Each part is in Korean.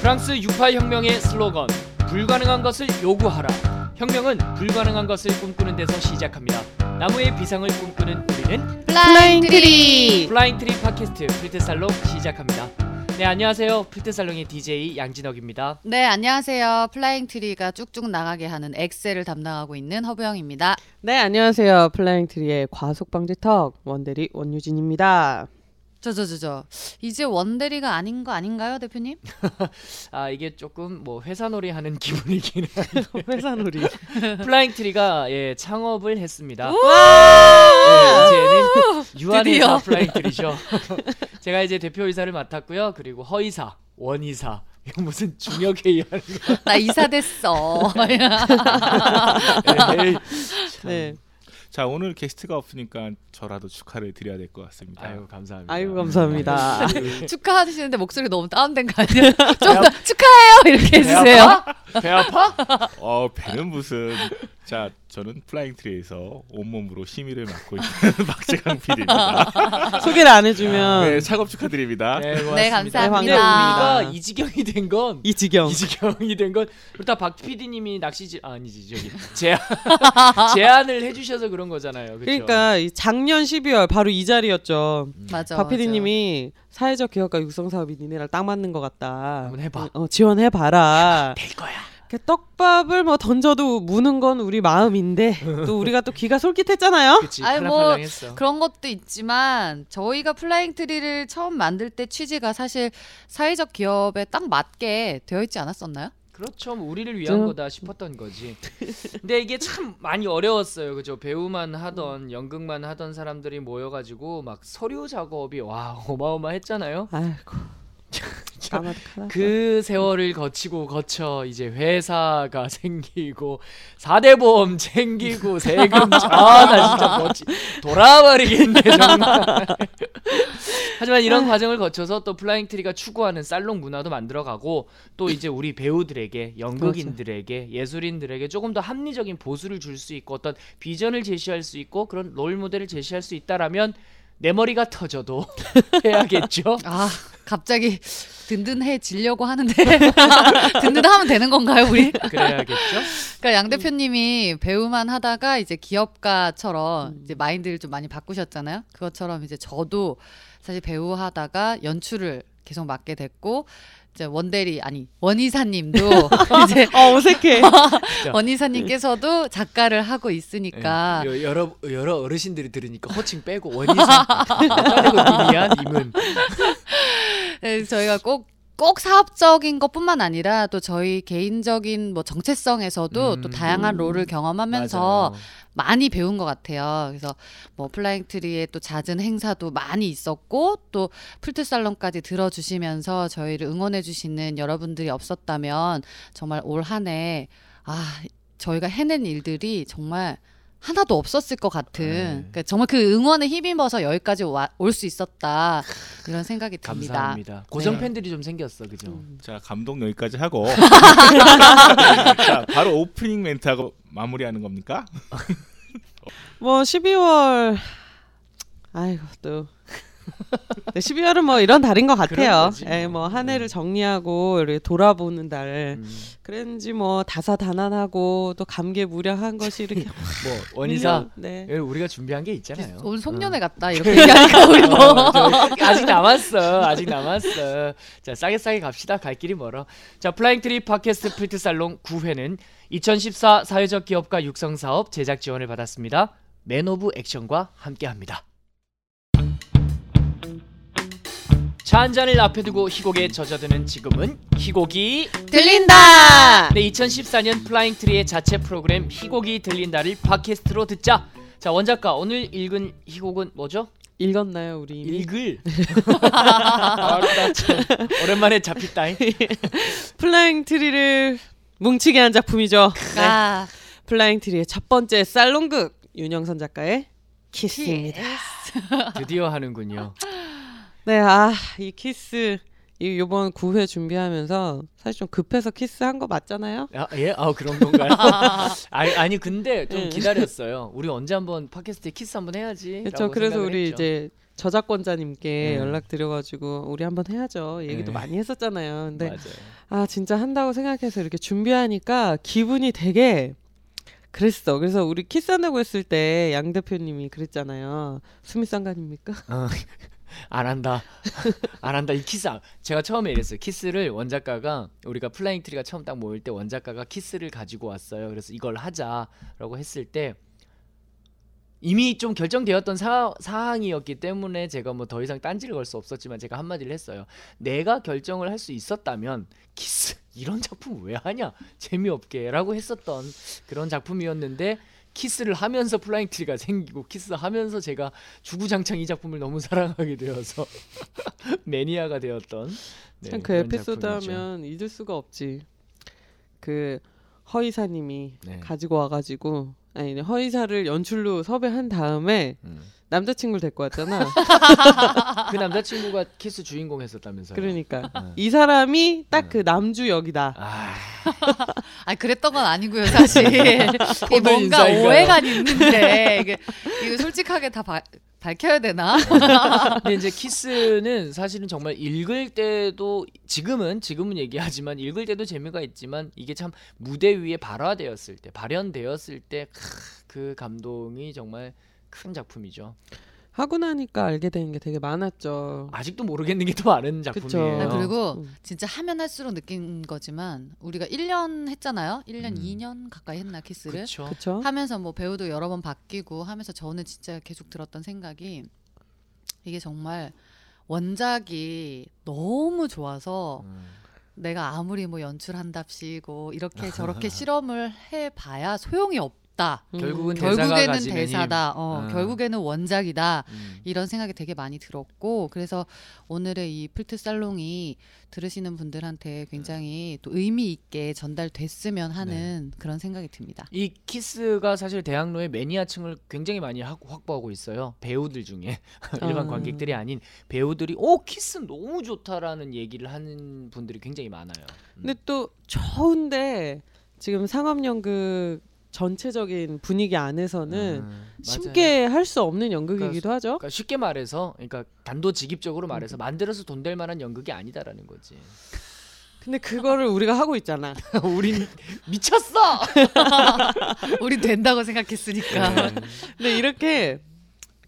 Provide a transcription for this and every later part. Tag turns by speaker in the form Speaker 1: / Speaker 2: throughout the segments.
Speaker 1: 프랑스 유파 혁명의 슬로건 불가능한 것을 요구하라. 혁명은 불가능한 것을 꿈꾸는 데서 시작합니다. 나무의 비상을 꿈꾸는 우리는
Speaker 2: 플라잉크리
Speaker 1: 플라잉 트리 팟캐스트 풀테살롱 시작합니다. 네 안녕하세요 풀테살롱의 DJ 양진혁입니다.
Speaker 2: 네 안녕하세요 플라잉트리가 쭉쭉 나가게 하는 엑셀을 담당하고 있는 허브영입니다
Speaker 3: 네, 안녕하세요. 플라잉 트리의 과속 방지 턱 원대리 원유진입니다.
Speaker 2: 저 저 저 저 이제 원대리가 아닌 거 아닌가요 대표님?
Speaker 1: 아 이게 조금 뭐 회사놀이 하는 기분이긴 해.
Speaker 3: 회사놀이.
Speaker 1: 플라잉 트리가 예 창업을 했습니다.
Speaker 2: 뭐?
Speaker 1: 네,
Speaker 3: 와!
Speaker 1: 이제는 유한이사
Speaker 2: 드디어.
Speaker 1: 플라잉클이죠. 제가 이제 대표이사를 맡았고요. 그리고 허이사, 원이사. 이거 무슨 중역회의 하는
Speaker 2: 나 이사 됐어
Speaker 1: 거예요.
Speaker 3: 네.
Speaker 4: 자 오늘 게스트가 없으니까 저라도 축하를 드려야 될 것 같습니다.
Speaker 1: 아이고 감사합니다.
Speaker 3: 아이고 감사합니다.
Speaker 2: 축하하시는데 목소리 너무 다운된 거 아니에요? 좀 더 축하해요
Speaker 3: 네,
Speaker 2: 이렇게 해주세요
Speaker 1: 배 아파?
Speaker 4: 어 배는 무슨 자 저는 플라잉 트리에서 온몸으로 심의를 맡고 있는 박재강 PD입니다.
Speaker 2: 아.
Speaker 3: 소개를 안 해주면
Speaker 4: 네 창업 축하드립니다.
Speaker 1: 아. 네, 고맙습니다.
Speaker 2: 네
Speaker 1: 근데
Speaker 2: 감사합니다
Speaker 1: 우리가 이 지경이 된 건
Speaker 3: 이 지경.
Speaker 1: 이 지경이 된 건 그렇다 박 PD님이 낚시질 아, 아니지 저기 제안 제안을 해주셔서 그런 거잖아요. 그쵸?
Speaker 3: 그러니까 이 작년 12월 바로 이 자리였죠.
Speaker 2: 맞아
Speaker 3: 박
Speaker 2: 맞아.
Speaker 3: PD님이 사회적 기업가 육성 사업이 니네랑 딱 맞는 것 같다.
Speaker 1: 한번 해봐.
Speaker 3: 어, 지원해 봐라.
Speaker 1: 될 거야.
Speaker 3: 이렇게 떡밥을 뭐 던져도 무는 건 우리 마음인데 또 우리가 또 귀가 솔깃했잖아요.
Speaker 1: 그치
Speaker 2: 아이, 뭐,
Speaker 1: 팔랑팔랑했어.
Speaker 2: 그런 것도 있지만 저희가 플라잉 트리를 처음 만들 때 취지가 사실 사회적 기업에 딱 맞게 되어 있지 않았었나요?
Speaker 1: 그렇죠. 뭐 우리를 위한
Speaker 3: 저-
Speaker 1: 거다 싶었던 거지. 근데 이게 참 많이 어려웠어요. 그죠? 배우만 하던 연극만 하던 사람들이 모여 가지고 막 서류 작업이 와, 어마어마했잖아요.
Speaker 3: 아이고. 까마득하다.
Speaker 1: 그 세월을 거치고 거쳐 이제 회사가 생기고 사대보험 챙기고 세금 아나 진짜 멋지 돌아버리겠네 정말 하지만 이런 과정을 거쳐서 또 플라잉 트리가 추구하는 살롱 문화도 만들어가고 또 이제 우리 배우들에게 연극인들에게 예술인들에게 조금 더 합리적인 보수를 줄 수 있고 어떤 비전을 제시할 수 있고 그런 롤 모델을 제시할 수 있다라면 내 머리가 터져도 해야겠죠
Speaker 2: 아 갑자기 든든해지려고 하는데 든든하면 되는 건가요 우리?
Speaker 1: 그래야겠죠
Speaker 2: 그러니까 양 대표님이 배우만 하다가 이제 기업가처럼
Speaker 1: 음.
Speaker 2: 이제 마인드를 좀 많이 바꾸셨잖아요. 그것처럼 이제 저도 사실 배우 하다가 연출을 계속 맡게 됐고 이제 원대리 아니 원이사님도 이제
Speaker 3: 어, 어색해.
Speaker 2: 원이사님께서도 작가를 하고 있으니까
Speaker 1: 예, 여- 여러 여러 어르신들이 들으니까 호칭 빼고 원이상 빼고 미미한 임은
Speaker 2: 네, 저희가 꼭 꼭 사업적인 것뿐만 아니라 또 저희 개인적인 뭐 정체성에서도
Speaker 1: 음.
Speaker 2: 또 다양한 롤을 경험하면서 많이 배운 것 같아요. 그래서 뭐 플라잉 트리의 또 잦은 행사도 많이 있었고 또 풀트 살롱까지 들어주시면서 저희를 응원해 주시는 여러분들이 없었다면 정말 올 한해 아 저희가 해낸 일들이 정말 하나도 없었을 것 같은
Speaker 1: 네.
Speaker 2: 그러니까 정말 그 응원에 힘입어서 여기까지 올 수 있었다 이런 생각이 듭니다.
Speaker 1: 감사합니다. 고정
Speaker 2: 네. 음.
Speaker 1: 팬들이 좀 생겼어, 그죠?
Speaker 4: 자 감동 여기까지 하고 자 바로 오프닝 멘트하고 마무리하는 겁니까?
Speaker 3: 뭐 12월 아이고 또 네, 12월은 뭐 이런 달인 것
Speaker 1: 그런
Speaker 3: 같아요.
Speaker 1: 거지,
Speaker 3: 예,
Speaker 1: 뭐.
Speaker 3: 뭐한
Speaker 1: 네.
Speaker 3: 해를 정리하고 이렇게 돌아보는 달.
Speaker 1: 음.
Speaker 3: 그런지 뭐 다사다난하고 또 감개무량한 것이 이렇게
Speaker 1: 뭐
Speaker 3: 확
Speaker 1: 원이사
Speaker 3: 밀려-
Speaker 2: 음.
Speaker 3: 네.
Speaker 1: 예, 우리가 준비한 게 있잖아요.
Speaker 2: 오늘 송년회 같다 이렇게 얘기하니까 우리 뭐
Speaker 1: 어, 저- 아직 남았어. 아직 남았어. 자, 싸게 싸게 갑시다. 갈 길이 멀어. 자, 플라잉 트리 팟캐스트 풀트 살롱 9회는 2014 사회적 기업가 육성 사업 제작 지원을 받았습니다. 맨 오브 액션과 함께 합니다. 차 한 잔을 앞에 두고 희곡에 젖어드는 지금은 희곡이
Speaker 2: 들린다.
Speaker 1: 네, 2014년 플라잉 트리의 자체 프로그램 희곡이 들린다를 팟캐스트로 듣자. 자, 원작가 오늘 읽은 희곡은 뭐죠?
Speaker 3: 읽었나요 우리 이미?
Speaker 1: 읽을. 알았다, 참. 오랜만에 잡혔다잉.
Speaker 3: 플라잉 트리를 뭉치게 한 작품이죠. 네.
Speaker 2: 아,
Speaker 3: 플라잉 트리의 첫 번째 살롱극 윤영선 작가의 키스입니다.
Speaker 1: 드디어 하는군요.
Speaker 3: 네, 아 이 키스 이 요번 9회 준비하면서 사실 좀 급해서 키스한 거 맞잖아요.
Speaker 1: 아, 예? 아, 그런 건가요? 아니, 아니, 근데 좀
Speaker 3: 예.
Speaker 1: 기다렸어요. 우리 언제 한번 팟캐스트에 키스 한번 해야지.
Speaker 3: 그렇죠. 그래서 우리 이제
Speaker 1: 네.
Speaker 3: 저작권자님께
Speaker 4: 음.
Speaker 3: 연락드려가지고 우리 한번 해야죠. 얘기도
Speaker 4: 네.
Speaker 3: 많이 했었잖아요. 근데
Speaker 4: 맞아요.
Speaker 3: 아 진짜 한다고 생각해서 이렇게 준비하니까 기분이 되게 그랬어. 그래서 우리 키스한다고 했을 때 양 대표님이 그랬잖아요. 수미 상관입니까?
Speaker 1: 안 한다. 안 한다. 이 키스. 안- 제가 처음에 이랬어요. 키스를 원작가가 우리가 플라잉 트리가 처음 딱 모일 때 원작가가 키스를 가지고 왔어요. 그래서 이걸 하자라고 했을 때 이미 좀 결정되었던 사, 사항이었기 때문에 제가 뭐 더 이상 딴지를 걸 수 없었지만 제가 한마디를 했어요. 내가 결정을 할 수 있었다면 키스 이런 작품 왜 하냐 재미없게라고 했었던 그런 작품이었는데 키스를 하면서 플라잉 트리가 생기고 키스하면서 제가 주구장창 이 작품을 너무 사랑하게 되어서 매니아가 되었던 네,
Speaker 3: 참 그
Speaker 1: 그런
Speaker 3: 에피소드
Speaker 1: 작품이죠.
Speaker 3: 하면 잊을 수가 없지. 그 허이사님이
Speaker 1: 네.
Speaker 3: 가지고 와가지고 아니 허이사를 연출로 섭외한 다음에
Speaker 1: 음.
Speaker 3: 남자친구를 데리고 왔잖아.
Speaker 1: 그 남자친구가 키스 주인공 했었다면서요.
Speaker 3: 그러니까
Speaker 1: 네.
Speaker 3: 이 사람이 딱 그 남주 역이다.
Speaker 1: 아,
Speaker 2: 아 그랬던 건 아니고요 사실 이게 뭔가
Speaker 1: 인사인가요?
Speaker 2: 오해가 있는데 이게, 이거 솔직하게 다 바- 밝혀야 되나?
Speaker 1: 어. 근데 이제 키스는 사실은 정말 읽을 때도 지금은 지금은 얘기하지만 읽을 때도 재미가 있지만 이게 참 무대 위에 발화되었을 때 발현되었을 때 그 감동이 정말 큰 작품이죠.
Speaker 3: 하고 나니까 알게 된 게 되게 많았죠.
Speaker 1: 아직도 모르겠는 게 더 많은 작품이에요.
Speaker 2: 아, 그리고
Speaker 3: 음.
Speaker 2: 진짜 하면 할수록 느낀 거지만 우리가 1년 했잖아요. 1년
Speaker 1: 음.
Speaker 2: 2년 가까이 했나 키스를
Speaker 1: 그렇죠.
Speaker 3: 그렇죠.
Speaker 2: 하면서 뭐 배우도 여러 번 바뀌고 하면서 저는 진짜 계속 들었던 생각이 이게 정말 원작이 너무 좋아서
Speaker 1: 음.
Speaker 2: 내가 아무리 뭐 연출한답시고 이렇게 저렇게 실험을 해봐야 소용이 없다.
Speaker 3: 음,
Speaker 1: 결국은 대사가
Speaker 2: 결국에는
Speaker 1: 가지는 힘.
Speaker 2: 대사다. 어,
Speaker 1: 아.
Speaker 2: 결국에는 원작이다.
Speaker 1: 음.
Speaker 2: 이런 생각이 되게 많이 들었고 그래서 오늘의 이 풀트 살롱이 들으시는 분들한테 굉장히 또 의미 있게 전달됐으면
Speaker 1: 네.
Speaker 2: 하는 그런 생각이 듭니다.
Speaker 1: 이 키스가 사실 대학로의 매니아층을 굉장히 많이 확- 확보하고 있어요. 배우들 중에 일반
Speaker 3: 아.
Speaker 1: 관객들이 아닌 배우들이 오 키스 너무 좋다라는 얘기를 하는 분들이 굉장히 많아요. 음.
Speaker 3: 근데 또 좋은데 지금 상업연극 전체적인 분위기 안에서는
Speaker 1: 음, 맞아요.
Speaker 3: 쉽게 할 수 없는 연극이기도 하죠.
Speaker 1: 그러니까 쉽게 말해서 그러니까
Speaker 3: 음.
Speaker 1: 단도직입적으로 말해서 만들어서 돈 될 만한 연극이 아니다라는 거지.
Speaker 3: 근데 그거를 우리가 하고 있잖아.
Speaker 1: 우린 미쳤어.
Speaker 2: 우리 된다고
Speaker 1: 네,
Speaker 2: 생각했으니까.
Speaker 3: 근데 이렇게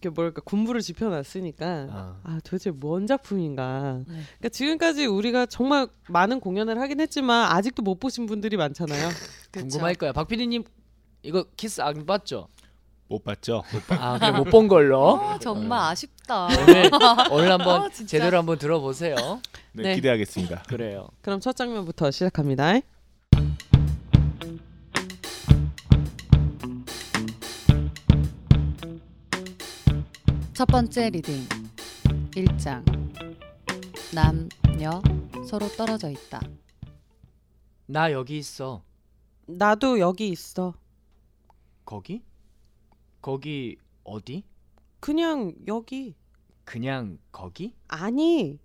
Speaker 3: 이렇게 뭐랄까 군부를 지펴놨으니까
Speaker 1: 어,
Speaker 3: 아 도대체 뭔 작품인가.
Speaker 2: 네.
Speaker 3: 그러니까 지금까지 우리가 정말 많은 공연을 하긴 했지만 아직도 못 보신 분들이 많잖아요.
Speaker 1: 궁금할 거야. 박 PD님 이거 키스 안 봤죠?
Speaker 4: 못 봤죠?
Speaker 1: 아 그래 못 본 걸로.
Speaker 2: 어,
Speaker 1: 네.
Speaker 2: 정말 아쉽다.
Speaker 1: 오늘 오늘 한번
Speaker 2: 아, 진짜.
Speaker 1: 제대로 한번 들어보세요.
Speaker 4: 네,
Speaker 3: 네.
Speaker 4: 기대하겠습니다.
Speaker 1: 그래요.
Speaker 3: 그럼 첫 장면부터 시작합니다.
Speaker 2: 첫 번째 리딩 1장 남녀 서로 떨어져 있다.
Speaker 1: 나 여기 있어.
Speaker 3: 나도 여기 있어.
Speaker 1: 거기? 거기 어디?
Speaker 3: 그냥 여기
Speaker 1: 그냥 거기?
Speaker 3: 아니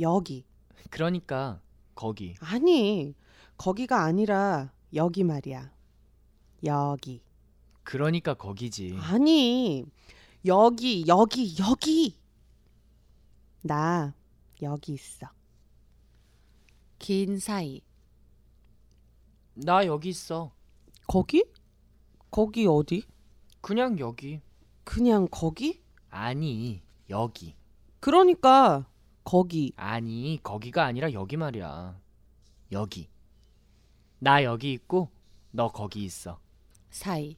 Speaker 3: 여기
Speaker 1: 그러니까 거기.
Speaker 3: 아니 거기가 아니라 여기 말이야. 여기
Speaker 1: 그러니까 거기지.
Speaker 3: 아니 여기 여기 여기 나 여기 있어.
Speaker 2: 긴 사이
Speaker 1: 나 여기 있어.
Speaker 3: 거기? 거기 어디?
Speaker 1: 그냥 여기.
Speaker 3: 그냥 거기?
Speaker 1: 아니 여기.
Speaker 3: 그러니까 거기
Speaker 1: 아니 거기가 아니라 여기 말이야. 여기. 나 여기 있고 너 거기 있어.
Speaker 2: 사이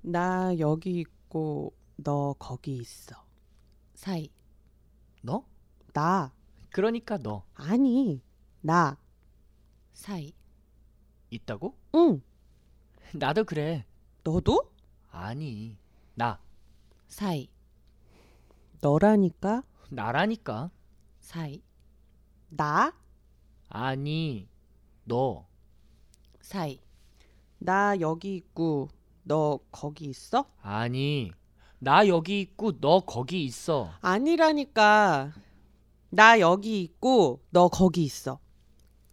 Speaker 3: 나 여기 있고 너 거기 있어.
Speaker 2: 사이
Speaker 1: 너?
Speaker 3: 나
Speaker 1: 그러니까 너
Speaker 3: 아니 나
Speaker 2: 사이
Speaker 1: 있다고?
Speaker 3: 응.
Speaker 1: 나도 그래.
Speaker 3: 너도?
Speaker 1: 아니 나
Speaker 2: 사이
Speaker 3: 너라니까
Speaker 1: 나라니까.
Speaker 2: 사이
Speaker 3: 나?
Speaker 1: 아니 너
Speaker 2: 사이
Speaker 3: 나 여기 있고 너 거기 있어?
Speaker 1: 아니 나 여기 있고 너 거기 있어.
Speaker 3: 아니라니까 나 여기 있고 너 거기 있어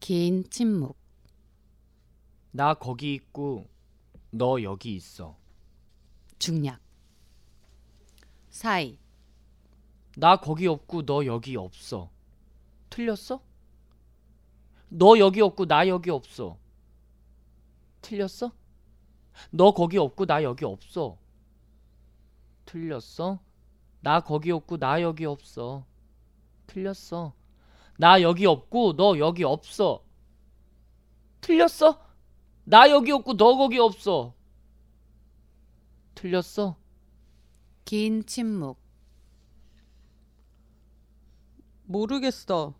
Speaker 2: 긴 침묵
Speaker 1: 나 거기 있고 너 여기 있어.
Speaker 2: 중략 사이
Speaker 1: 나 거기 없고 너 여기 없어. 틀렸어? 너 여기 없고 나 여기 없어. 틀렸어? 너 거기 없고 나 여기 없어. 틀렸어? 나 거기 없고 나 여기 없어. 틀렸어. 나 여기 없고 너 여기 없어. 틀렸어? 나 여기 없고 너 거기 없어. 틀렸어?
Speaker 2: 긴 침묵.
Speaker 3: 모르겠어.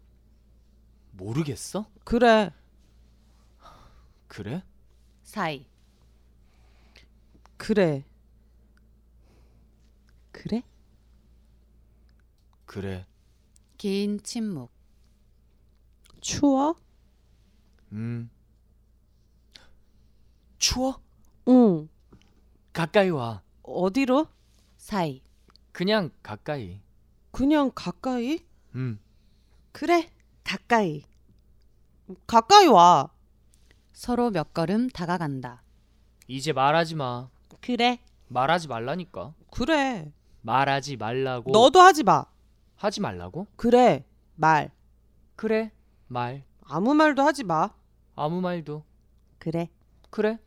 Speaker 1: 모르겠어?
Speaker 3: 그래.
Speaker 1: 그래?
Speaker 2: 사이.
Speaker 3: 그래. 그래?
Speaker 1: 그래.
Speaker 2: 긴 침묵.
Speaker 3: 추워?
Speaker 1: 음. 추워?
Speaker 3: 응.
Speaker 1: 가까이 와.
Speaker 3: 어디로?
Speaker 2: 사이.
Speaker 1: 그냥 가까이.
Speaker 3: 그냥 가까이?
Speaker 1: 음.
Speaker 3: 그래. 가까이. 가까이 와.
Speaker 2: 서로 몇 걸음 다가간다.
Speaker 1: 이제 말하지 마.
Speaker 3: 그래.
Speaker 1: 말하지 말라니까.
Speaker 3: 그래.
Speaker 1: 말하지 말라고.
Speaker 3: 너도 하지 마.
Speaker 1: 하지 말라고?
Speaker 3: 그래. 말.
Speaker 1: 그래. 말.
Speaker 3: 아무 말도 하지 마.
Speaker 1: 아무 말도.
Speaker 3: 그래.
Speaker 1: 그래.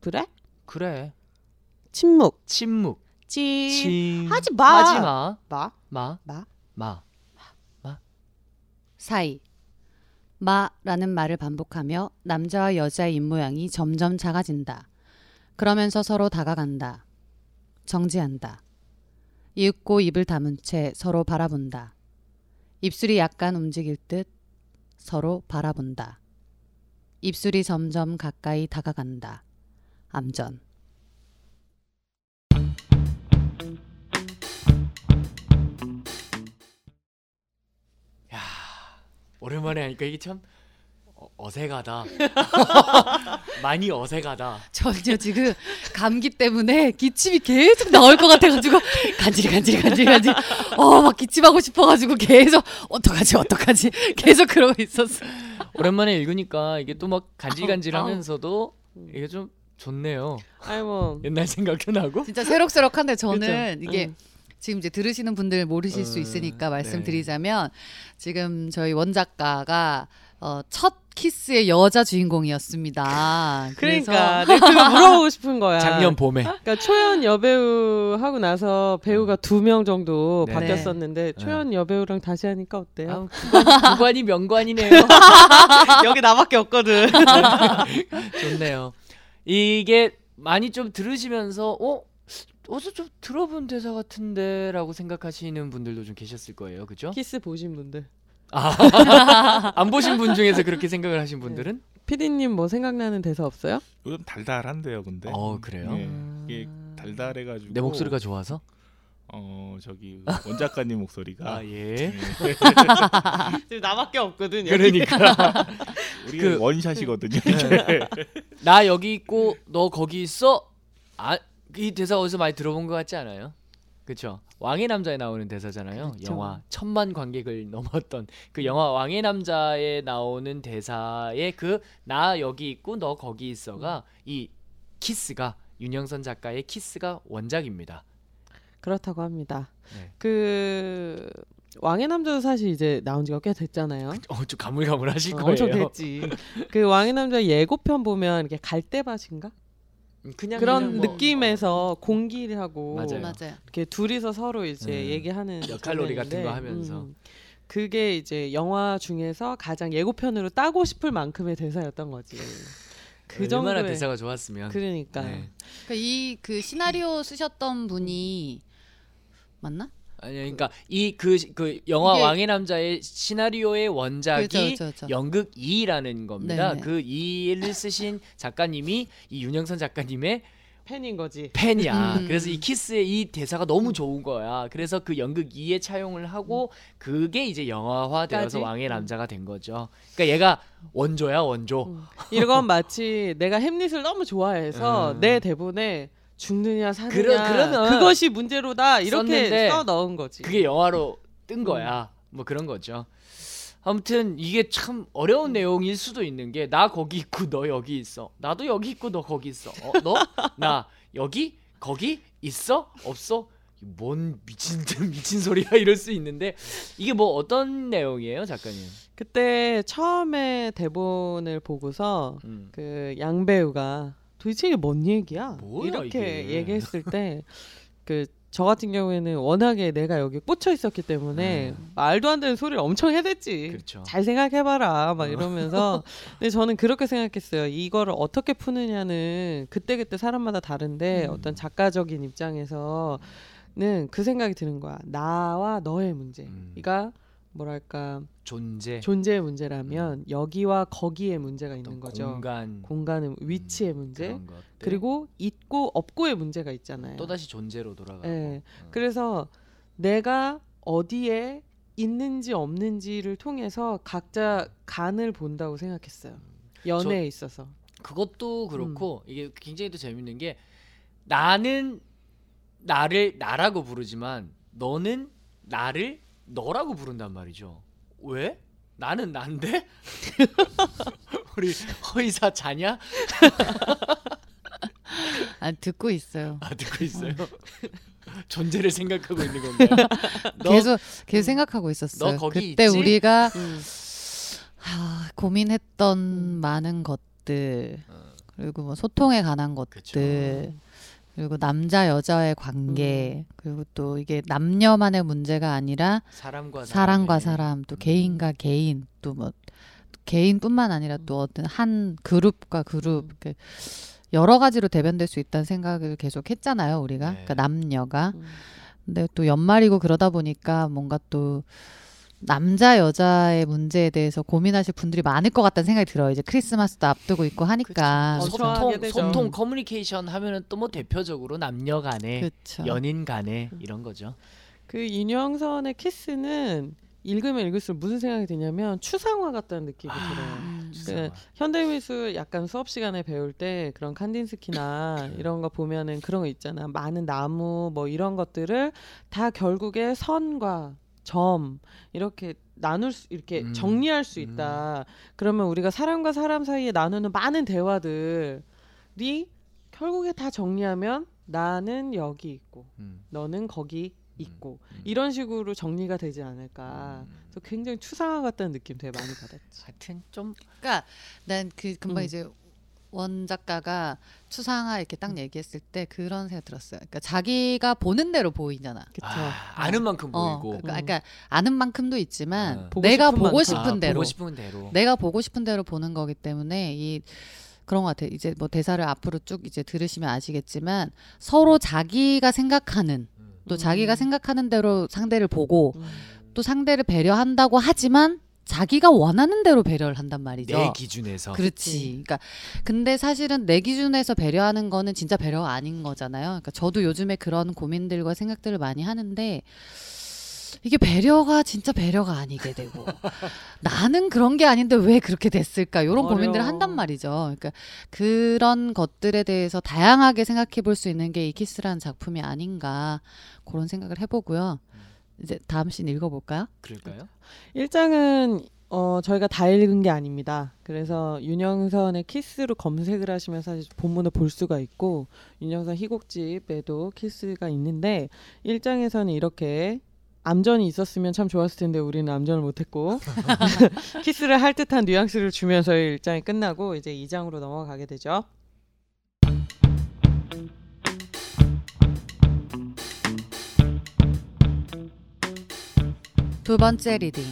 Speaker 3: 그래?
Speaker 1: 그래.
Speaker 3: 침묵.
Speaker 1: 침묵.
Speaker 3: 찜.
Speaker 1: 침.
Speaker 3: 하지 마.
Speaker 1: 하지 마.
Speaker 3: 마.
Speaker 1: 마.
Speaker 3: 마.
Speaker 1: 마.
Speaker 2: 사이. 마라는 말을 반복하며 남자와 여자의 입모양이 점점 작아진다. 그러면서 서로 다가간다. 정지한다. 이윽고 입을 다문 채 서로 바라본다. 입술이 약간 움직일 듯 서로 바라본다. 입술이 점점 가까이 다가간다. 암전.
Speaker 1: 오랜만에 하니까 이게 참 어- 어색하다. 많이 어색하다.
Speaker 2: 전혀 지금 감기 때문에 기침이 계속 나올 것 같아가지고 간질이 간질이 간질이 간질 어막 기침하고 싶어가지고 계속 어떡하지 어떡하지 계속 그러고 있었어
Speaker 1: 오랜만에 읽으니까 이게 또 막 간질간질하면서도 이게 좀 좋네요.
Speaker 3: 아이 뭐.
Speaker 1: 옛날 생각도 나고.
Speaker 2: 진짜 새록새록한데 저는
Speaker 3: 그쵸?
Speaker 2: 이게 지금 이제 들으시는 분들 모르실 수
Speaker 1: 어,
Speaker 2: 있으니까
Speaker 1: 네.
Speaker 2: 말씀드리자면 지금 저희 원 작가가 어, 첫 키스의 여자 주인공이었습니다. 그래서
Speaker 3: 그러니까 내가 그걸 물어보고 싶은 거야.
Speaker 1: 작년 봄에.
Speaker 3: 그러니까 초연 여배우 하고 나서 배우가 두 명 정도
Speaker 1: 네.
Speaker 3: 바뀌었었는데 초연 여배우랑 다시 하니까 어때요?
Speaker 1: 아, 구관이 명관이네요.
Speaker 3: 여기 나밖에 없거든.
Speaker 1: 좋네요. 이게 많이 좀 들으시면서 어 어서 좀 들어본 대사 같은데라고 생각하시는 분들도 좀 계셨을 거예요, 그죠?
Speaker 3: 키스 보신 분들.
Speaker 1: 아, 안 보신 분 중에서 그렇게 생각을 하신 분들은
Speaker 3: 피디님 뭐 생각나는 대사 없어요?
Speaker 4: 요즘 달달한데요, 근데.
Speaker 1: 어, 그래요?
Speaker 4: 예, 이게 달달해가지고.
Speaker 1: 내 목소리가 좋아서
Speaker 4: 어 저기 원 작가님 목소리가.
Speaker 1: 아 예.
Speaker 4: 예.
Speaker 3: 지금 나밖에 없거든.
Speaker 1: 그러니까
Speaker 4: 우리
Speaker 1: 그-
Speaker 4: 원샷이거든요.
Speaker 1: 나 여기 있고 너 거기 있어. 아이 대사 어디서 많이 들어본 것 같지 않아요? 그렇죠. 왕의 남자에 나오는 대사잖아요.
Speaker 3: 그쵸.
Speaker 1: 영화 천만 관객을 넘었던 그 영화 왕의 남자에 나오는 대사의 그 나 여기 있고 너 거기 있어가 이 키스가 윤영선 작가의 키스가 원작입니다.
Speaker 3: 그렇다고 합니다.
Speaker 1: 네.
Speaker 3: 그 왕의 남자도 사실 이제 나온 지가 꽤 됐잖아요.
Speaker 1: 어좀 가물가물하실
Speaker 3: 어,
Speaker 1: 거예요.
Speaker 3: 엄청 됐지. 그 왕의 남자 예고편 보면 이렇게 갈대밭인가
Speaker 1: 그냥
Speaker 3: 그런
Speaker 1: 그냥 뭐
Speaker 3: 느낌에서 공기를 하고
Speaker 1: 맞아요.
Speaker 2: 맞아요.
Speaker 3: 이렇게 둘이서 서로 이제
Speaker 1: 음.
Speaker 3: 얘기하는
Speaker 1: 역할놀이 같은 거
Speaker 3: 장면인데, 음,
Speaker 1: 하면서.
Speaker 3: 그게 이제 영화 중에서 가장 예고편으로 따고 싶을 만큼의 대사였던 거지. 그
Speaker 1: 얼마나
Speaker 3: 정도의
Speaker 1: 대사가 좋았으면.
Speaker 3: 그러니까
Speaker 1: 네.
Speaker 2: 이 그 시나리오 쓰셨던 분이 맞나?
Speaker 1: 아니 그러니까 이 그 그 영화
Speaker 2: 이게-
Speaker 1: 왕의 남자의 시나리오의 원작이
Speaker 2: 그렇죠, 그렇죠, 그렇죠.
Speaker 1: 연극 2라는 겁니다.
Speaker 2: 네네.
Speaker 1: 그 2를 쓰신 작가님이 이 윤영선 작가님의
Speaker 3: 팬인 거지.
Speaker 1: 팬이야.
Speaker 2: 음.
Speaker 1: 그래서 이 키스의 이 대사가 너무 좋은 거야. 그래서 그 연극 2에 차용을 하고 그게 이제 영화화되어서
Speaker 3: 까지?
Speaker 1: 왕의 남자가 된 거죠. 그러니까 얘가 원조야 원조.
Speaker 3: 음. 이건 마치 내가 햄릿을 너무 좋아해서
Speaker 1: 음.
Speaker 3: 내 대본에 죽느냐 사느냐
Speaker 1: 그러- 그러면
Speaker 3: 그것이 문제로다
Speaker 1: 썼는데
Speaker 3: 이렇게 써 넣은 거지.
Speaker 1: 그게 영화로 뜬 거야. 뭐 그런 거죠. 아무튼 이게 참 어려운 내용일 수도 있는 게 나 거기 있고 너 여기 있어. 나도 여기 있고 너 거기 있어. 어, 너? 나 여기? 거기? 있어? 없어? 뭔 미친 미친 소리야 이럴 수 있는데 이게 뭐 어떤 내용이에요 작가님?
Speaker 3: 그때 처음에 대본을 보고서
Speaker 1: 음.
Speaker 3: 그 양배우가 도대체 이게 뭔 얘기야?
Speaker 1: 뭐야,
Speaker 3: 이렇게
Speaker 1: 이게.
Speaker 3: 얘기했을 때 그 저 같은 경우에는 워낙에 내가 여기 꽂혀 있었기 때문에 말도 안 되는 소리를 엄청 해댔지.
Speaker 1: 네. 그렇죠.
Speaker 3: 잘 생각해봐라
Speaker 1: 어.
Speaker 3: 막 이러면서 근데 저는 그렇게 생각했어요. 이거를 어떻게 푸느냐는 그때 그때 사람마다 다른데
Speaker 1: 음.
Speaker 3: 어떤 작가적인 입장에서는 그 생각이 드는 거야. 나와 너의 문제.
Speaker 1: 음.
Speaker 3: 이가 뭐랄까
Speaker 1: 존재,
Speaker 3: 존재의 문제라면 여기와 거기의 문제가 있는
Speaker 1: 음. 어떤
Speaker 3: 거죠.
Speaker 1: 공간, 음.
Speaker 3: 공간. 의 위치의 문제
Speaker 1: 그런 것들. 네.
Speaker 3: 그리고 있고 없고의 문제가 있잖아요.
Speaker 1: 또 다시 존재로 돌아가고.
Speaker 3: 예.
Speaker 1: 어.
Speaker 3: 그래서 내가 어디에 있는지 없는지를 통해서 각자 간을 본다고 생각했어요. 연애에 있어서.
Speaker 1: 그것도 그렇고 이게 굉장히 또 재밌는 게 나는 나를 나라고 부르지만 너는 나를 너라고 부른단 말이죠. 왜? 나는 난데? 우리 허이사 자냐?
Speaker 2: 아, 듣고 있어요.
Speaker 1: 아 듣고 있어요. 존재를 생각하고 있는 건가요? 너, 음.
Speaker 2: 계속 계속 생각하고 있었어요.
Speaker 1: 너 거기
Speaker 2: 그때
Speaker 1: 있지?
Speaker 2: 우리가
Speaker 3: 음.
Speaker 2: 아, 고민했던
Speaker 3: 음.
Speaker 2: 많은 것들
Speaker 1: 어,
Speaker 2: 그리고 뭐 소통에 관한
Speaker 1: 그쵸. 음.
Speaker 2: 것들 그리고 남자 여자의 관계 그리고 또 이게 남녀만의 문제가 아니라
Speaker 1: 사람과
Speaker 2: 사람과
Speaker 1: 사람의-
Speaker 2: 사람 또
Speaker 1: 음.
Speaker 2: 개인과 개인 또 뭐 개인뿐만 아니라
Speaker 1: 음.
Speaker 2: 또 어떤 한 그룹과 그룹 이렇게 여러 가지로 대변될 수 있다는 생각을 계속 했잖아요 우리가
Speaker 1: 네.
Speaker 2: 그러니까 남녀가
Speaker 3: 음.
Speaker 2: 근데 또 연말이고 그러다 보니까 뭔가 또 남자 여자의 문제에 대해서 고민하실 분들이 많을 것 같다는 생각이 들어요 이제 크리스마스도 앞두고 있고 하니까
Speaker 3: 그쵸. 그렇죠.
Speaker 1: 소통
Speaker 3: 건조하게 되죠.
Speaker 1: 소통
Speaker 2: 음.
Speaker 1: 커뮤니케이션 하면은 또 뭐 대표적으로 남녀 간에
Speaker 2: 그렇죠
Speaker 1: 네. 연인 간에 이런 거죠.
Speaker 3: 그 인형선의 키스는 읽으면 읽을수록 무슨 생각이 드냐면 추상화 같다는 느낌이 들어요.
Speaker 2: 음.
Speaker 1: 수상화.
Speaker 3: 현대미술 약간 수업 시간에 배울 때 그런 칸딘스키나 이런 거 보면은 그런 거 있잖아. 많은 나무 뭐 이런 것들을 다 결국에 선과 점 이렇게 나눌 수 이렇게
Speaker 1: 음.
Speaker 3: 정리할 수 있다. 그러면 우리가 사람과 사람 사이에 나누는 많은 대화들이 결국에 다 정리하면 나는 여기 있고
Speaker 1: 음.
Speaker 3: 너는 거기 있고
Speaker 1: 음.
Speaker 3: 이런 식으로 정리가 되지 않을까.
Speaker 1: 음.
Speaker 3: 그래서 굉장히 추상화 같다는 느낌 되게 많이 받았지.
Speaker 1: 하여튼 좀
Speaker 2: 그러니까 난 그 금방
Speaker 3: 음.
Speaker 2: 이제 원 작가가 추상화 이렇게 딱 얘기했을 때 그런 생각 들었어요. 그러니까 자기가 보는 대로 보이잖아.
Speaker 3: 그쵸. 음.
Speaker 1: 아, 아는 만큼
Speaker 2: 어,
Speaker 1: 보이고
Speaker 2: 그러니까, 그러니까 아는 만큼도 있지만
Speaker 1: 어.
Speaker 3: 보고
Speaker 2: 내가
Speaker 3: 싶은
Speaker 2: 보고
Speaker 3: 만큼.
Speaker 2: 싶은
Speaker 1: 아,
Speaker 2: 대로 네.
Speaker 1: 보고 싶은 대로
Speaker 2: 내가 보고 싶은 대로 보는 거기 때문에 이 그런 것 같아요. 이제 뭐 대사를 앞으로 쭉 이제 들으시면 아시겠지만 서로 자기가 생각하는
Speaker 1: 음.
Speaker 2: 또
Speaker 3: 음.
Speaker 2: 자기가 생각하는 대로 상대를 보고
Speaker 3: 음.
Speaker 2: 또 상대를 배려한다고 하지만 자기가 원하는 대로 배려를 한단 말이죠.
Speaker 1: 내 기준에서
Speaker 2: 어.
Speaker 3: 네.
Speaker 2: 그렇지. 그러니까 근데 사실은 내 기준에서 배려하는 거는 진짜 배려가 아닌 거잖아요. 그러니까 저도 요즘에 그런 고민들과 생각들을 많이 하는데 이게 배려가 진짜 배려가 아니게 되고 나는 그런 게 아닌데 왜 그렇게 됐을까 이런
Speaker 3: 어려워.
Speaker 2: 고민들을 한단 말이죠. 그러니까 그런 것들에 대해서 다양하게 생각해 볼 수 있는 게 이 키스라는 작품이 아닌가 그런 생각을 해보고요. 이제 다음 씬 읽어볼까요?
Speaker 1: 그럴까요?
Speaker 3: 일장은 어, 저희가 다 읽은 게 아닙니다. 그래서 윤영선의 키스로 검색을 하시면 사실 본문을 볼 수가 있고 윤영선 희곡집에도 키스가 있는데 일장에서는 이렇게 암전이 있었으면 참 좋았을 텐데 우리는 암전을 못했고 키스를 할 듯한 뉘앙스를 주면서 일장이 끝나고 이제 이장으로 넘어가게 되죠.
Speaker 2: 두 번째 리딩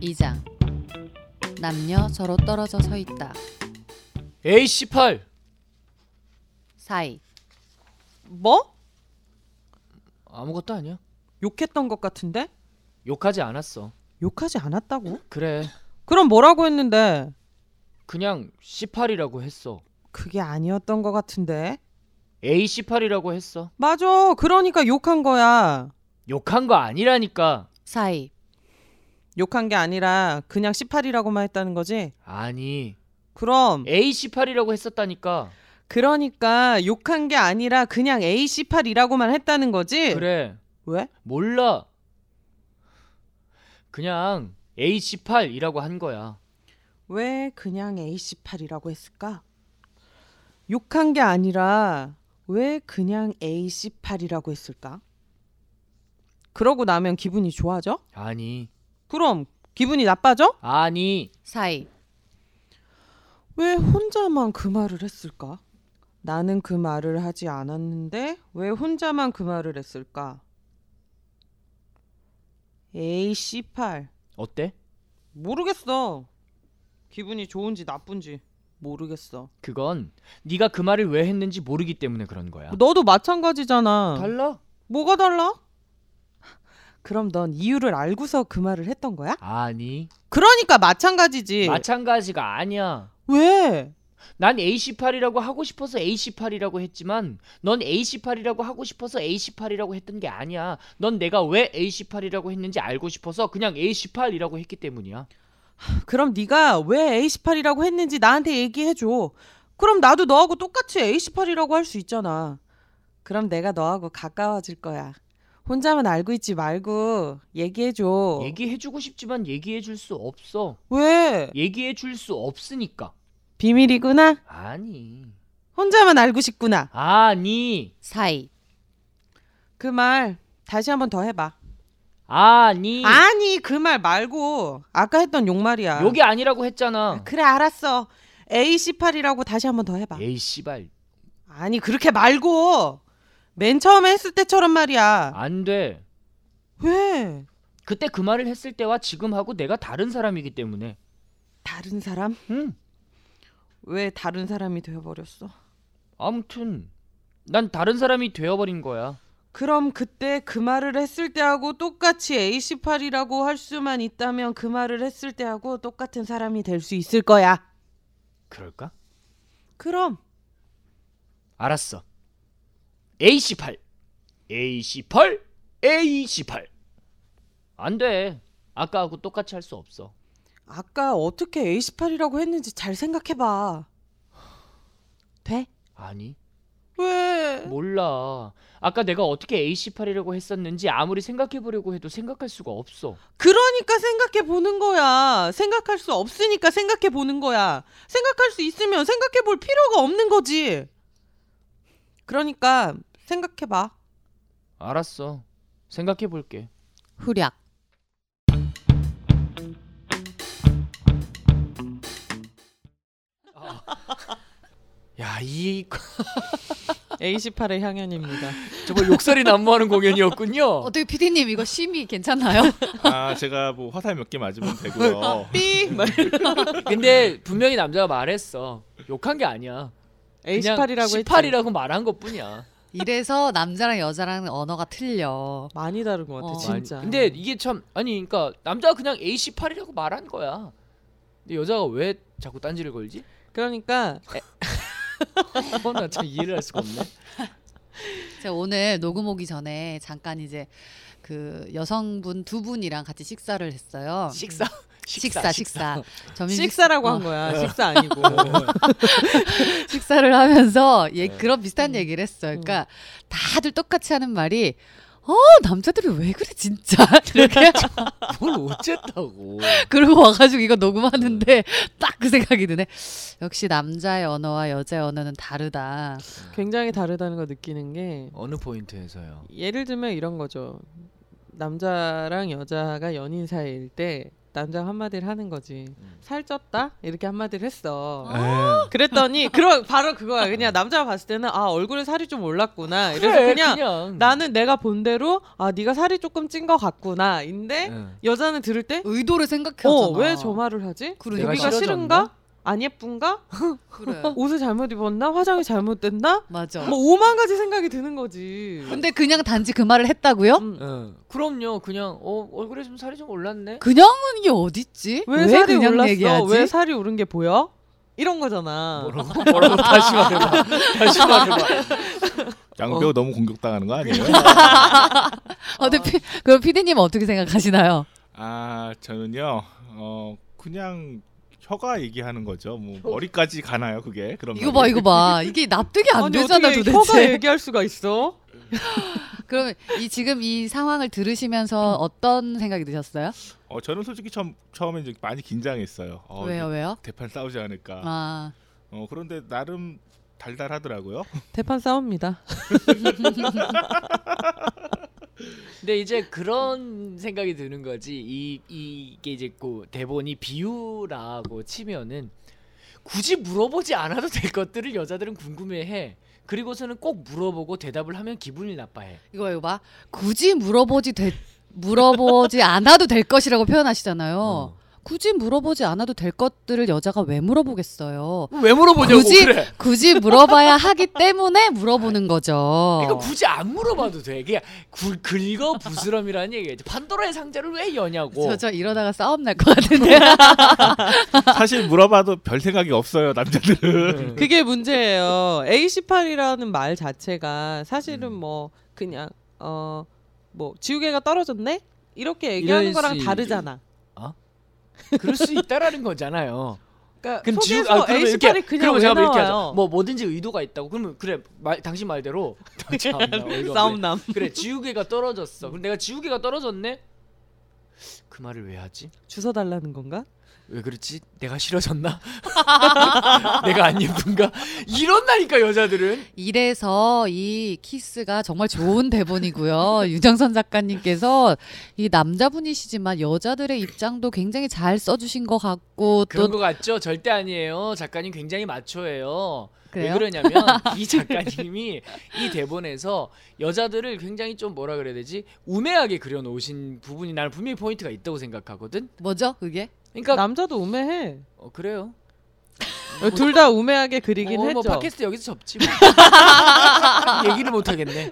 Speaker 2: 2장 남녀 서로 떨어져 서 있다
Speaker 1: AC8
Speaker 2: 사이
Speaker 3: 뭐?
Speaker 1: 아무것도 아니야.
Speaker 3: 욕했던 것 같은데?
Speaker 1: 욕하지 않았어.
Speaker 3: 욕하지 않았다고?
Speaker 1: 그래.
Speaker 3: 그럼 뭐라고 했는데?
Speaker 1: 그냥 C8이라고 했어.
Speaker 3: 그게 아니었던 것 같은데?
Speaker 1: AC8이라고 했어.
Speaker 3: 맞아. 그러니까 욕한 거야.
Speaker 1: 욕한 거 아니라니까.
Speaker 2: 사이
Speaker 3: 욕한 게 아니라 그냥 18이라고만 했다는 거지.
Speaker 1: 아니.
Speaker 3: 그럼
Speaker 1: AC8이라고 했었다니까.
Speaker 3: 그러니까 욕한 게 아니라 그냥 A 18이라고만 했다는
Speaker 2: 네.
Speaker 3: 거지.
Speaker 1: 그래.
Speaker 3: 왜?
Speaker 1: 몰라. 그냥 AC8이라고 한 거야.
Speaker 3: 왜 그냥 A 18이라고 했을까? 욕한 게 아니라 왜 그냥 A 18이라고 했을까? 그러고 나면 기분이 좋아져?
Speaker 1: 아니
Speaker 3: 그럼 기분이 나빠져?
Speaker 1: 아니
Speaker 2: 사이.
Speaker 3: 왜 혼자만 그 말을 했을까? 나는 그 말을 하지 않았는데 왜 혼자만 그 말을 했을까? 에이 씨팔
Speaker 1: 어때?
Speaker 3: 모르겠어. 기분이 좋은지 나쁜지 모르겠어.
Speaker 1: 그건 네가 그 말을 왜 했는지 모르기 때문에 그런 거야.
Speaker 2: 어.
Speaker 3: 너도 마찬가지잖아.
Speaker 1: 달라?
Speaker 3: 뭐가 달라? 그럼 넌 이유를 알고서 그 말을 했던 거야?
Speaker 1: 아니
Speaker 3: 그러니까
Speaker 1: 예.
Speaker 3: 마찬가지지.
Speaker 1: 마찬가지가 아니야.
Speaker 3: 왜?
Speaker 1: 난 AC8이라고 하고 싶어서 AC8이라고 했지만 넌 AC8이라고 하고 싶어서 AC8이라고 했던 게 아니야. 넌 내가 왜 AC8이라고 했는지 알고 싶어서 그냥 AC8이라고 했기 때문이야.
Speaker 3: 그럼 네가 왜 A18이라고 했는지 나한테 얘기해 줘. 그럼 나도 너하고 똑같이 A18이라고 할 수 있잖아. 그럼 내가 너하고 가까워질 거야. 혼자만 알고 있지 말고 얘기해 줘.
Speaker 1: 얘기해 주고 싶지만 얘기해 줄 수 없어.
Speaker 3: 왜?
Speaker 1: 얘기해 줄 수 없으니까.
Speaker 3: 비밀이구나.
Speaker 1: 아니.
Speaker 3: 혼자만 알고 싶구나.
Speaker 1: 아니.
Speaker 2: 사이.
Speaker 3: 그 말 다시 한 번 더 해봐.
Speaker 1: 아니.
Speaker 3: 아니 그 말 말고 아까 했던 욕 말이야.
Speaker 1: 요게 아니라고 했잖아.
Speaker 3: 그래 알았어. A18이라고 다시 한 번 더 해봐.
Speaker 1: 에이 씨발.
Speaker 3: 아니 그렇게 말고 맨 처음에 했을 때처럼 말이야.
Speaker 1: 안 돼.
Speaker 3: 왜?
Speaker 1: 그때 그 말을 했을 때와 지금 하고 내가 다른 사람이기 때문에.
Speaker 3: 다른 사람?
Speaker 1: 응.
Speaker 3: 왜 다른 사람이 되어버렸어?
Speaker 1: 아무튼 난 다른 사람이 되어버린 거야.
Speaker 3: 그럼 그때 그 말을 했을 때하고 똑같이 A18이라고 할 수만 있다면 그 말을 했을 때하고 똑같은 사람이 될 수 있을 거야.
Speaker 1: 그럴까?
Speaker 3: 그럼
Speaker 1: 알았어. AC8. AC8. AC8. 안 돼. 아까하고 똑같이 할 수 없어.
Speaker 3: 아까 어떻게 A18이라고 했는지 잘 생각해봐. 돼?
Speaker 1: 아니.
Speaker 3: 왜?
Speaker 1: 몰라. 아까 내가 어떻게 AC8이라고 했었는지 아무리 생각해 보려고 해도 생각할 수가 없어.
Speaker 3: 그러니까 생각해 보는 거야. 생각할 수 없으니까 생각해 보는 거야. 생각할 수 있으면 생각해 볼 필요가 없는 거지. 그러니까 생각해 봐.
Speaker 1: 알았어. 생각해 볼게.
Speaker 2: 후략.
Speaker 1: 야, 이
Speaker 3: A18의 향연입니다.
Speaker 1: 저거 욕설이 난무하는 공연이었군요.
Speaker 2: 어떻게 피디님 이거 심이 괜찮나요?
Speaker 4: 아 제가 뭐 화살 몇 개 맞으면 되고요.
Speaker 2: 어.
Speaker 3: 삐.
Speaker 1: 근데 분명히 남자가 말했어. 욕한 게 아니야. 그냥
Speaker 3: A18이라고
Speaker 1: 18이라고 말한 것뿐이야.
Speaker 2: 이래서 남자랑 여자랑 언어가 틀려.
Speaker 3: 많이 다른 것 같아,
Speaker 2: 어.
Speaker 3: 진짜.
Speaker 1: 아니, 근데 이게 참 아니 그러니까 남자가 그냥 A18이라고 말한 거야. 근데 여자가 왜 자꾸 딴지를 걸지?
Speaker 3: 그러니까
Speaker 1: 어, 나참 이해를 할 수가 없네.
Speaker 2: 제가 오늘 녹음 오기 전에 잠깐 이제 그 여성분 두 분이랑 같이 식사를 했어요.
Speaker 1: 식사.
Speaker 2: 식사, 식사. 점심 식-
Speaker 3: 식사라고
Speaker 2: 어.
Speaker 3: 한 거야. 식사 아니고.
Speaker 2: 식사를 하면서 예
Speaker 1: 네.
Speaker 2: 그런 비슷한
Speaker 3: 음.
Speaker 2: 얘기를 했어요.
Speaker 3: 음.
Speaker 2: 그러니까 다들 똑같이 하는 말이 어 남자들이 왜 그래 진짜 이렇게
Speaker 1: 뭘 어쨌다고.
Speaker 2: 그러고 와가지고 이거 녹음하는데 딱 그 생각이 드네. 역시 남자의 언어와 여자의 언어는 다르다.
Speaker 3: 굉장히 다르다는 거 느끼는 게
Speaker 1: 어느 포인트에서요?
Speaker 3: 예를 들면 이런 거죠. 남자랑 여자가 연인 사이일 때 남자가 한마디를 하는 거지.
Speaker 1: 음.
Speaker 3: 살쪘다? 이렇게 한마디를 했어.
Speaker 4: 에,
Speaker 3: 그랬더니 그러 바로 그거야. 그냥 남자가 봤을 때는 아, 얼굴에 살이 좀 올랐구나. 이래서
Speaker 1: 그래,
Speaker 3: 그냥, 나는 내가 본 대로 아, 네가 살이 조금 찐 것 같구나.
Speaker 2: 네.
Speaker 3: 인데
Speaker 1: 응.
Speaker 3: 여자는 들을 때
Speaker 2: 의도를 생각해잖아.
Speaker 3: 어, 왜 저 말을 하지?
Speaker 2: 그러니까.
Speaker 1: 내가
Speaker 3: 고비가
Speaker 1: 싫어졌나?
Speaker 3: 싫은가? 안 예쁜가?
Speaker 2: 그래.
Speaker 3: 옷을 잘못 입었나? 화장이 잘못됐나?
Speaker 2: 맞아.
Speaker 3: 뭐 오만 가지 생각이 드는 거지.
Speaker 2: 근데 그냥 단지 그 말을 했다고요?
Speaker 3: 음.
Speaker 1: 응. 그럼요. 그냥 어 얼굴에 좀 살이 좀 올랐네.
Speaker 2: 그냥은 이게 어딨지?
Speaker 3: 왜, 살이
Speaker 2: 그냥
Speaker 3: 올랐어?
Speaker 2: 얘기하지?
Speaker 3: 왜 살이 오른 게 보여? 이런 거잖아.
Speaker 1: 뭐라고? 뭐라고 다시 말해봐. 다시 말해봐.
Speaker 4: 양배우 너무 공격당하는 거 아니에요?
Speaker 2: 어, 근데 피, 그럼 피디님 어떻게 생각하시나요?
Speaker 4: 아 저는요 어 그냥 혀가 얘기하는 거죠. 뭐 머리까지 가나요 그게? 그럼
Speaker 2: 이거 봐, 이거 봐. 이게 납득이 안
Speaker 3: 아니,
Speaker 2: 되잖아,
Speaker 3: 어떻게
Speaker 2: 도대체.
Speaker 3: 혀가 얘기할 수가 있어?
Speaker 2: 그럼 이 지금 이 상황을 들으시면서 어떤 생각이 드셨어요?
Speaker 4: 어 저는 솔직히 처음 처음에 이제 많이 긴장했어요. 어,
Speaker 2: 왜요, 왜요?
Speaker 4: 대판 싸우지 않을까.
Speaker 2: 아,
Speaker 4: 어 그런데 나름 달달하더라고요.
Speaker 3: 대판 싸웁니다.
Speaker 1: 근데 이제 그런 생각이 드는 거지. 이 이게 이제 그 대본이 비유라고 치면은 굳이 물어보지 않아도 될 것들을 여자들은 궁금해해. 그리고서는 꼭 물어보고 대답을 하면 기분이 나빠해.
Speaker 2: 이거 이거 봐. 굳이 물어보지 될 물어보지 않아도 될 것이라고 표현하시잖아요.
Speaker 1: 어.
Speaker 2: 굳이 물어보지 않아도 될 것들을 여자가 왜 물어보겠어요?
Speaker 1: 왜 물어보냐고
Speaker 2: 굳이
Speaker 1: 그래.
Speaker 2: 굳이 물어봐야 하기 때문에 물어보는 거죠.
Speaker 1: 이거 그러니까 굳이 안 물어봐도 돼. 그냥 굴- 긁어 부스럼이라는 얘기지. 판도라의 상자를 왜 여냐고.
Speaker 2: 저, 저 이러다가 싸움 날 것 같은데.
Speaker 4: 사실 물어봐도 별 생각이 없어요 남자들은.
Speaker 1: 음.
Speaker 3: 그게 문제예요. A18이라는 말 자체가
Speaker 1: 음.
Speaker 3: 사실은 뭐 그냥 어 뭐 지우개가 떨어졌네 이렇게 얘기하는
Speaker 1: 이럴
Speaker 3: 거랑
Speaker 1: 수
Speaker 3: 다르잖아.
Speaker 1: 그럴 수 있다라는 거잖아요.
Speaker 3: 그러니까
Speaker 1: 그럼 지우
Speaker 3: 속에서
Speaker 1: 아, 그러면
Speaker 3: A18이
Speaker 1: 이렇게
Speaker 3: 그냥
Speaker 1: 그러면
Speaker 3: 왜
Speaker 1: 제가 이렇게
Speaker 3: 나와요?
Speaker 1: 하죠. 뭐 뭐든지 의도가 있다고. 그러면 그래 말, 당신 말대로 아, 참, 나 어이가 없네.
Speaker 3: 싸움남.
Speaker 1: 그래 지우개가 떨어졌어. 그럼 내가 지우개가 떨어졌네. 그 말을 왜 하지?
Speaker 3: 주워 달라는 건가?
Speaker 1: 왜 그렇지? 내가 싫어졌나? 내가 안 예쁜가? 이런다니까 여자들은.
Speaker 2: 이래서 이 키스가 정말 좋은 대본이고요. 유정선 작가님께서 이 남자분이시지만 여자들의 입장도 굉장히 잘 써주신 것 같고 또
Speaker 1: 그런 거 같죠? 절대 아니에요. 작가님 굉장히 마초예요.
Speaker 2: 그래요?
Speaker 1: 왜 그러냐면 이 작가님이 이 대본에서 여자들을 굉장히 좀 뭐라 그래야 되지? 우매하게 그려놓으신 부분이 나는 분명히 포인트가 있다고 생각하거든.
Speaker 2: 뭐죠 그게?
Speaker 1: 그러니까
Speaker 3: 남자도 우매해.
Speaker 1: 어, 그래요.
Speaker 3: 어, 둘 다 우매하게 그리긴
Speaker 1: 어,
Speaker 3: 했죠.
Speaker 1: 뭐 팟캐스트 여기서 접지. 뭐. 얘기를 못 하겠네.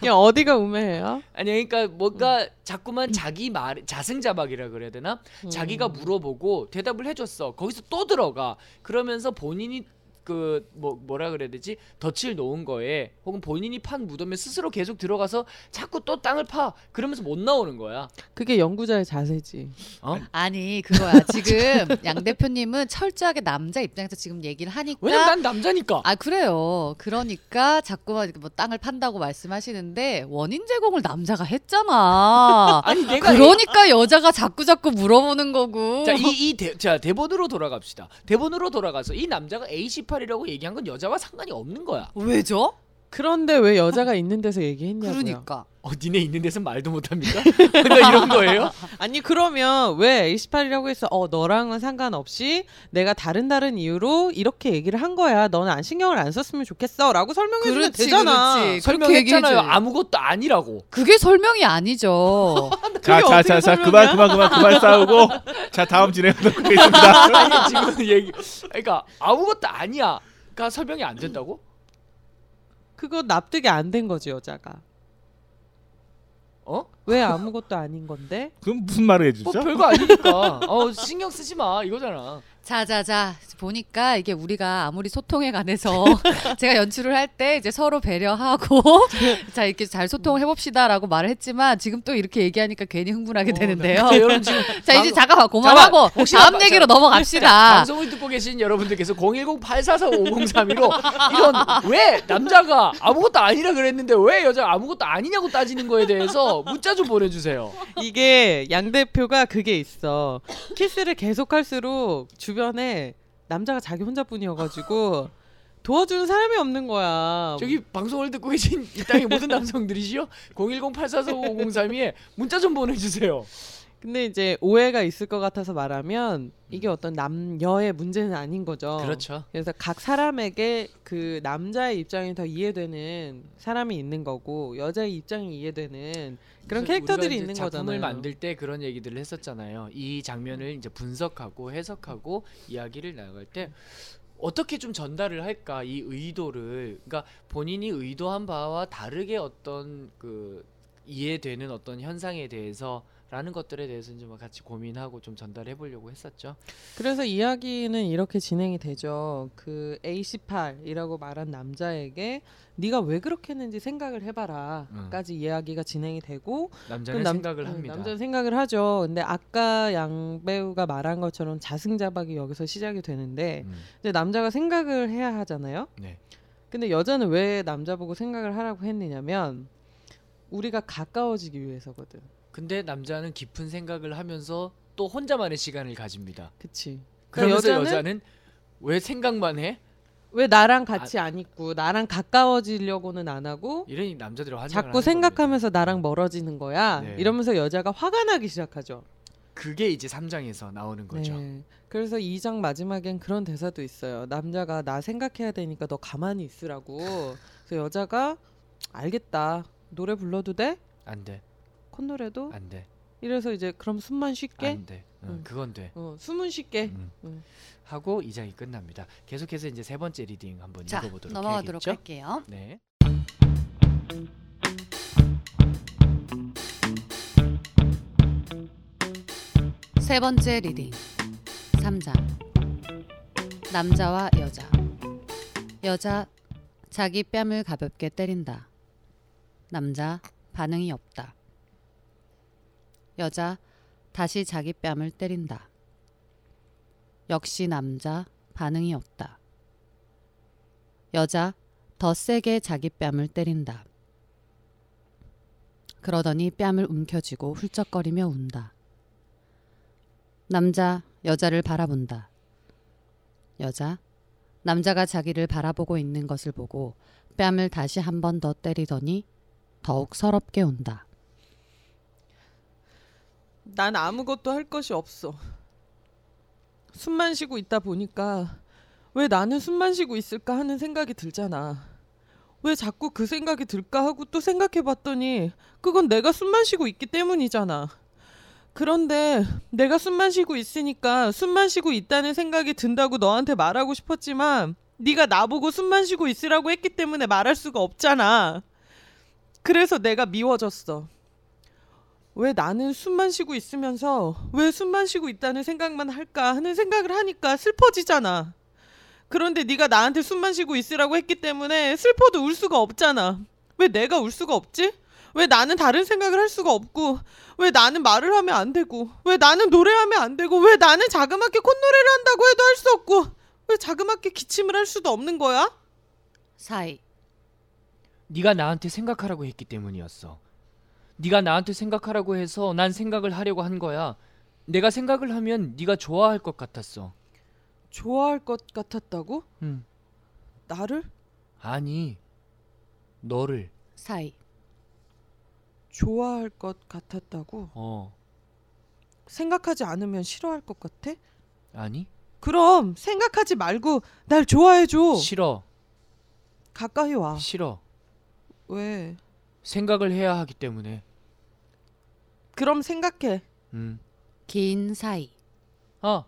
Speaker 3: 그냥 어디가 우매해요?
Speaker 1: 아니 그러니까 뭔가
Speaker 3: 음.
Speaker 1: 자꾸만 자기 말 자승자박이라 그래야 되나? 음. 자기가
Speaker 2: 음.
Speaker 1: 뭐- 물어보고 대답을 해줬어. 거기서 또 들어가. 그러면서 본인이 그 뭐 뭐라 그래야 되지 덫을 놓은 거에 혹은 본인이 판 무덤에 스스로 계속 들어가서 자꾸 또 땅을 파 그러면서 못 나오는 거야.
Speaker 3: 그게 연구자의 자세지.
Speaker 1: 어?
Speaker 2: 아니 그거야 지금 양 대표님은 철저하게 남자 입장에서 지금 얘기를 하니까
Speaker 1: 왜냐면 난 남자니까.
Speaker 2: 아 그래요. 그러니까 자꾸만 이렇게 뭐 땅을 판다고 말씀하시는데 원인 제공을 남자가 했잖아.
Speaker 1: 아니 내가
Speaker 2: 그러니까 여자가 자꾸 자꾸 물어보는 거고.
Speaker 1: 자, 이, 이 대, 자, 대본으로 돌아갑시다. 대본으로 돌아가서 이 남자가 A18이라고 얘기한 건 여자와 상관이 없는 거야.
Speaker 2: 왜죠?
Speaker 3: 그런데 왜 여자가 있는 데서 얘기했냐고요?
Speaker 2: 그러니까.
Speaker 1: 어, 니네 있는 데서 말도 못합니까? 나 이런 거예요?
Speaker 3: 아니 그러면 왜 A18이라고 해서 어 너랑은 상관없이 내가 다른 다른 이유로 이렇게 얘기를 한 거야. 너는 안 신경을 안 썼으면 좋겠어라고 설명해 주면
Speaker 2: 그렇지,
Speaker 3: 되잖아.
Speaker 2: 그렇지. 그렇게
Speaker 1: 설명했잖아요.
Speaker 2: 얘기해줘요.
Speaker 1: 아무것도 아니라고.
Speaker 2: 그게 설명이 아니죠.
Speaker 3: 그게 어떻게
Speaker 4: 자자자자 그만 그만 그만 그만 싸우고 자 다음 진행하도록 하겠습니다.
Speaker 1: 아니 지금 얘기. 그러니까 아무것도 아니야.가 설명이 안 된다고?
Speaker 3: 그거 납득이 안 된 거지 여자가.
Speaker 1: 어?
Speaker 3: 왜 아무것도 아닌 건데?
Speaker 4: 그럼 무슨 말을
Speaker 1: 뭐
Speaker 4: 해주죠?
Speaker 2: 어,
Speaker 1: 별거 아니니까. 어 신경 쓰지 마 이거잖아. 어,
Speaker 2: 자자자 보니까 이게 우리가 아무리 소통에 관해서 제가 연출을 할 때 이제 서로 배려하고 자 이렇게 잘 소통을 해봅시다라고 말을 했지만 지금 또 이렇게 얘기하니까 괜히 흥분하게 되는데요.
Speaker 1: 자, 여러분 지금
Speaker 2: 자 이제
Speaker 1: 어, 네. 방-
Speaker 2: 잠깐만 고만하고
Speaker 1: 잠깐만, 혹시나
Speaker 2: 다음
Speaker 1: 마-
Speaker 2: 얘기로
Speaker 1: 자,
Speaker 2: 넘어갑시다.
Speaker 1: 방송을 듣고 계신 여러분들께서 010-844-5031로 이런 왜 남자가 아무것도 아니라 그랬는데 왜 여자가 아무것도 아니냐고 따지는 거에 대해서 문자 좀 보내주세요.
Speaker 3: 이게 양 대표가 그게 있어. 키스를 계속할수록 주변에 남자가 자기 혼자뿐이어가지고 도와주는 사람이 없는 거야.
Speaker 1: 저기 방송을 듣고 계신 이 땅의 모든 남성들이시요 010-844-5031에 문자 좀 보내주세요.
Speaker 3: 근데 이제 오해가 있을 것 같아서 말하면 이게 어떤 남녀의 문제는 아닌 거죠.
Speaker 1: 그렇죠.
Speaker 3: 그래서 각 사람에게 그 남자의 입장이 더 이해되는 사람이 있는 거고 여자의 입장이 이해되는 그런
Speaker 1: 그래서
Speaker 3: 캐릭터들이
Speaker 1: 우리가
Speaker 3: 있는
Speaker 1: 이제
Speaker 3: 거잖아요.
Speaker 1: 작품을 만들 때 그런 얘기들을 했었잖아요. 이 장면을 이제 분석하고 해석하고 이야기를 나갈 때 어떻게 좀 전달을 할까 이 의도를 그러니까 본인이 의도한 바와 다르게 어떤 그 이해되는 어떤 현상에 대해서 라는 것들에 대해서 좀 같이 고민하고 좀 전달해 보려고 했었죠.
Speaker 3: 그래서 이야기는 이렇게 진행이 되죠. 그 A18이라고 말한 남자에게 네가 왜 그렇게 했는지 생각을
Speaker 1: 음.
Speaker 3: 해봐라까지 이야기가 진행이 되고
Speaker 1: 남자는
Speaker 3: 남-
Speaker 1: 생각을
Speaker 3: 음,
Speaker 1: 합니다.
Speaker 3: 남자는 생각을 하죠. 근데 아까 양 배우가 말한 것처럼 자승자박이 여기서 시작이 되는데
Speaker 1: 음,
Speaker 3: 이제 남자가 생각을 해야 하잖아요.
Speaker 1: 네.
Speaker 3: 근데 여자는 왜 남자 보고 생각을 하라고 했느냐면 우리가 가까워지기 위해서거든.
Speaker 1: 근데 남자는 깊은 생각을 하면서 또 혼자만의 시간을 가집니다.
Speaker 3: 그치?
Speaker 1: 그러면서
Speaker 3: 그러니까
Speaker 1: 여자는 왜 생각만 해?
Speaker 3: 왜 나랑 같이
Speaker 1: 아.
Speaker 3: 안 있고 나랑 가까워지려고는 안 하고
Speaker 1: 이러니 남자들이 환장을
Speaker 3: 어? 자꾸
Speaker 1: 하는
Speaker 3: 생각하면서 나랑 멀어지는 거야.
Speaker 1: 네.
Speaker 3: 이러면서 여자가 화가 나기 시작하죠.
Speaker 1: 겁니다. 그게 이제 3장에서 나오는 거죠.
Speaker 3: 네. 그래서 2장 마지막엔 그런 대사도 있어요. 남자가 나 생각해야 되니까 너 가만히 있으라고. 그래서 여자가 알겠다. 노래 불러도 돼?
Speaker 1: 안 돼.
Speaker 3: 콧노래도?
Speaker 1: 안 돼.
Speaker 3: 이래서 이제 그럼 숨만 쉴게.
Speaker 1: 아. 안 돼. 응,
Speaker 3: 음.
Speaker 1: 그건 돼.
Speaker 3: 어, 숨은 쉴게.
Speaker 1: 음.
Speaker 3: 음.
Speaker 1: 하고 2장이 끝납니다. 계속해서 이제 세 번째 리딩 한번
Speaker 2: 자
Speaker 1: 읽어보도록
Speaker 2: 넘어가도록
Speaker 1: 해야겠죠?
Speaker 2: 할게요.
Speaker 1: 네.
Speaker 2: 세 번째 리딩 3장 남자와 여자 여자 자기 뺨을 가볍게 때린다 남자 반응이 없다 여자 다시 자기 뺨을 때린다 역시 남자 반응이 없다 여자 더 세게 자기 뺨을 때린다 그러더니 뺨을 움켜쥐고 훌쩍거리며 운다 남자 여자를 바라본다. 여자 남자가 자기를 바라보고 있는 것을 보고 뺨을 다시 한 번 더 때리더니 더욱 서럽게 온다.
Speaker 3: 난 아무것도 할 것이 없어. 숨만 쉬고 있다 보니까 왜 나는 숨만 쉬고 있을까 하는 생각이 들잖아. 왜 자꾸 그 생각이 들까 하고 또 생각해 봤더니 그건 내가 숨만 쉬고 있기 때문이잖아. 그런데 내가 숨만 쉬고 있으니까 숨만 쉬고 있다는 생각이 든다고 너한테 말하고 싶었지만 네가 나보고 숨만 쉬고 있으라고 했기 때문에 말할 수가 없잖아. 그래서 내가 미워졌어. 왜 나는 숨만 쉬고 있으면서 왜 숨만 쉬고 있다는 생각만 할까 하는 생각을 하니까 슬퍼지잖아. 그런데 네가 나한테 숨만 쉬고 있으라고 했기 때문에 슬퍼도 울 수가 없잖아. 왜 내가 울 수가 없지? 왜 나는 다른 생각을 할 수가 없고 왜 나는 말을 하면 안 되고 왜 나는 노래하면 안 되고 왜 나는 자그맣게 콧노래를 한다고 해도 할 수 없고 왜 자그맣게 기침을 할 수도 없는 거야?
Speaker 2: 사이
Speaker 1: 네가 나한테 생각하라고 했기 때문이었어. 네가 나한테 생각하라고 해서 난 생각을 하려고 한 거야. 내가 생각을 하면 네가 좋아할 것 같았어.
Speaker 3: 좋아할 것 같았다고?
Speaker 1: 음.
Speaker 3: 나를
Speaker 1: 아니. 너를.
Speaker 2: 사이
Speaker 3: 좋아할 것 같았다고?
Speaker 1: 어.
Speaker 3: 생각하지 않으면 싫어할 것 같아?
Speaker 1: 아니?
Speaker 3: 그럼 생각하지 말고 날 좋아해줘.
Speaker 1: 싫어.
Speaker 3: 가까이 와.
Speaker 1: 싫어.
Speaker 3: 왜?
Speaker 1: 생각을 해야 하기 때문에.
Speaker 3: 그럼 생각해.
Speaker 1: 음.
Speaker 2: 긴 사이
Speaker 1: 어.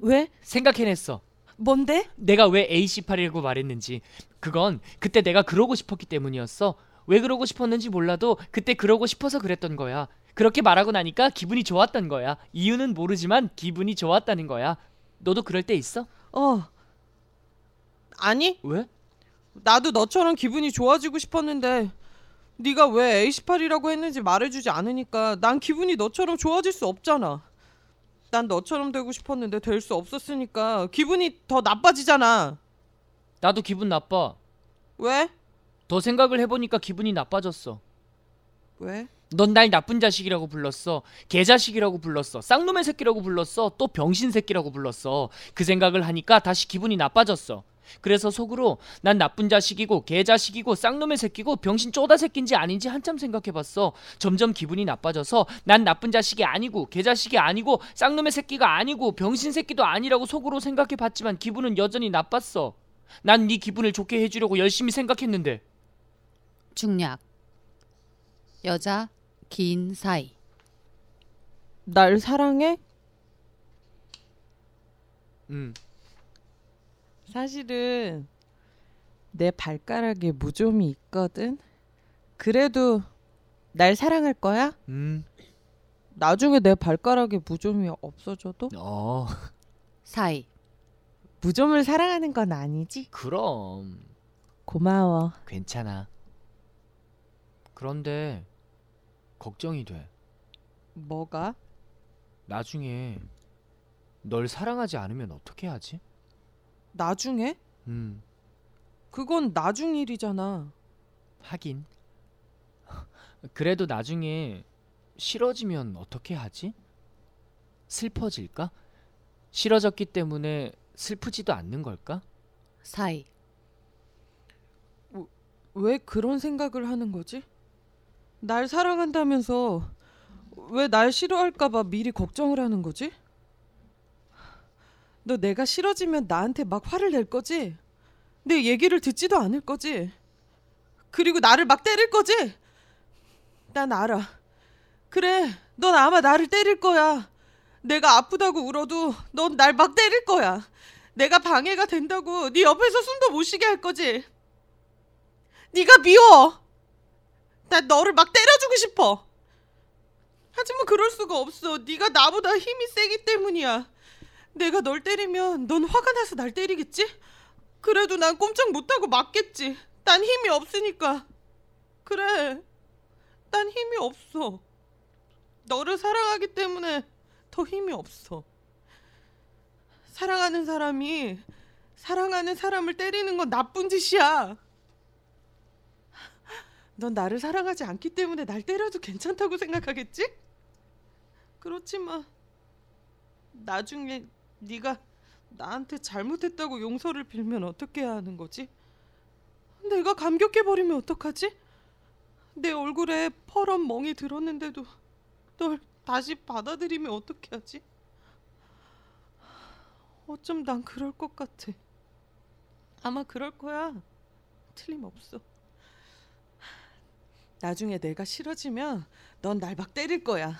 Speaker 3: 왜?
Speaker 1: 생각해냈어.
Speaker 3: 뭔데?
Speaker 1: 내가 왜 AC8이라고 말했는지. 그건 그때 내가 그러고 싶었기 때문이었어. 왜 그러고 싶었는지 몰라도 그때 그러고 싶어서 그랬던 거야. 그렇게 말하고 나니까 기분이 좋았던 거야. 이유는 모르지만 기분이 좋았다는 거야. 너도 그럴 때 있어?
Speaker 3: 어. 아니,
Speaker 1: 왜?
Speaker 3: 나도 너처럼 기분이 좋아지고 싶었는데 네가 왜 A18이라고 했는지 말해주지 않으니까 난 기분이 너처럼 좋아질 수 없잖아. 난 너처럼 되고 싶었는데 될 수 없었으니까 기분이 더 나빠지잖아.
Speaker 1: 나도 기분 나빠.
Speaker 3: 왜?
Speaker 1: 더 생각을 해보니까 기분이 나빠졌어.
Speaker 3: 왜?
Speaker 1: 넌 날 나쁜 자식이라고 불렀어. 개자식이라고 불렀어. 쌍놈의 새끼라고 불렀어. 또 병신 새끼라고 불렀어. 그 생각을 하니까 다시 기분이 나빠졌어. 그래서 속으로 난 나쁜 자식이고 개자식이고 쌍놈의 새끼고 병신 쪼다 새끼인지 아닌지 한참 생각해봤어. 점점 기분이 나빠져서 난 나쁜 자식이 아니고 개자식이 아니고 쌍놈의 새끼가 아니고 병신 새끼도 아니라고 속으로 생각해봤지만 기분은 여전히 나빴어. 난 네 기분을 좋게 해주려고 열심히 생각했는데
Speaker 2: 중략 여자 긴 사이
Speaker 3: 날 사랑해?
Speaker 1: 음.
Speaker 3: 사실은 내 발가락에 무좀이 있거든. 그래도 날 사랑할 거야?
Speaker 1: 음.
Speaker 3: 나중에 내 발가락에 무좀이 없어져도
Speaker 1: 어.
Speaker 2: 사이
Speaker 3: 무좀을 사랑하는 건 아니지.
Speaker 1: 그럼
Speaker 3: 고마워.
Speaker 1: 괜찮아. 그런데 걱정이 돼.
Speaker 3: 뭐가?
Speaker 1: 나중에 널 사랑하지 않으면 어떻게 하지?
Speaker 3: 나중에?
Speaker 1: 음,
Speaker 3: 그건 나중 일이잖아.
Speaker 1: 하긴. 그래도 나중에 싫어지면 어떻게 하지? 슬퍼질까? 싫어졌기 때문에 슬프지도 않는 걸까?
Speaker 2: 사이.
Speaker 3: 왜 그런 생각을 하는 거지? 날 사랑한다면서 왜 날 싫어할까봐 미리 걱정을 하는 거지? 너 내가 싫어지면 나한테 막 화를 낼 거지? 내 얘기를 듣지도 않을 거지? 그리고 나를 막 때릴 거지? 난 알아. 그래, 넌 아마 나를 때릴 거야. 내가 아프다고 울어도 넌 날 막 때릴 거야. 내가 방해가 된다고 네 옆에서 숨도 못 쉬게 할 거지. 네가 미워. 난 너를 막 때려주고 싶어. 하지만 그럴 수가 없어. 네가 나보다 힘이 세기 때문이야. 내가 널 때리면 넌 화가 나서 날 때리겠지? 그래도 난 꼼짝 못하고 맞겠지. 난 힘이 없으니까. 그래. 난 힘이 없어. 너를 사랑하기 때문에 더 힘이 없어. 사랑하는 사람이 사랑하는 사람을 때리는 건 나쁜 짓이야. 넌 나를 사랑하지 않기 때문에 날 때려도 괜찮다고 생각하겠지? 그렇지만 나중에 네가 나한테 잘못했다고 용서를 빌면 어떻게 해야 하는 거지? 내가 감격해 버리면 어떡하지? 내 얼굴에 퍼런 멍이 들었는데도 널 다시 받아들이면 어떻게 하지? 어쩜 난 그럴 것 같아. 아마 그럴 거야. 틀림없어. 나중에 내가 싫어지면 넌 날 막 때릴 거야.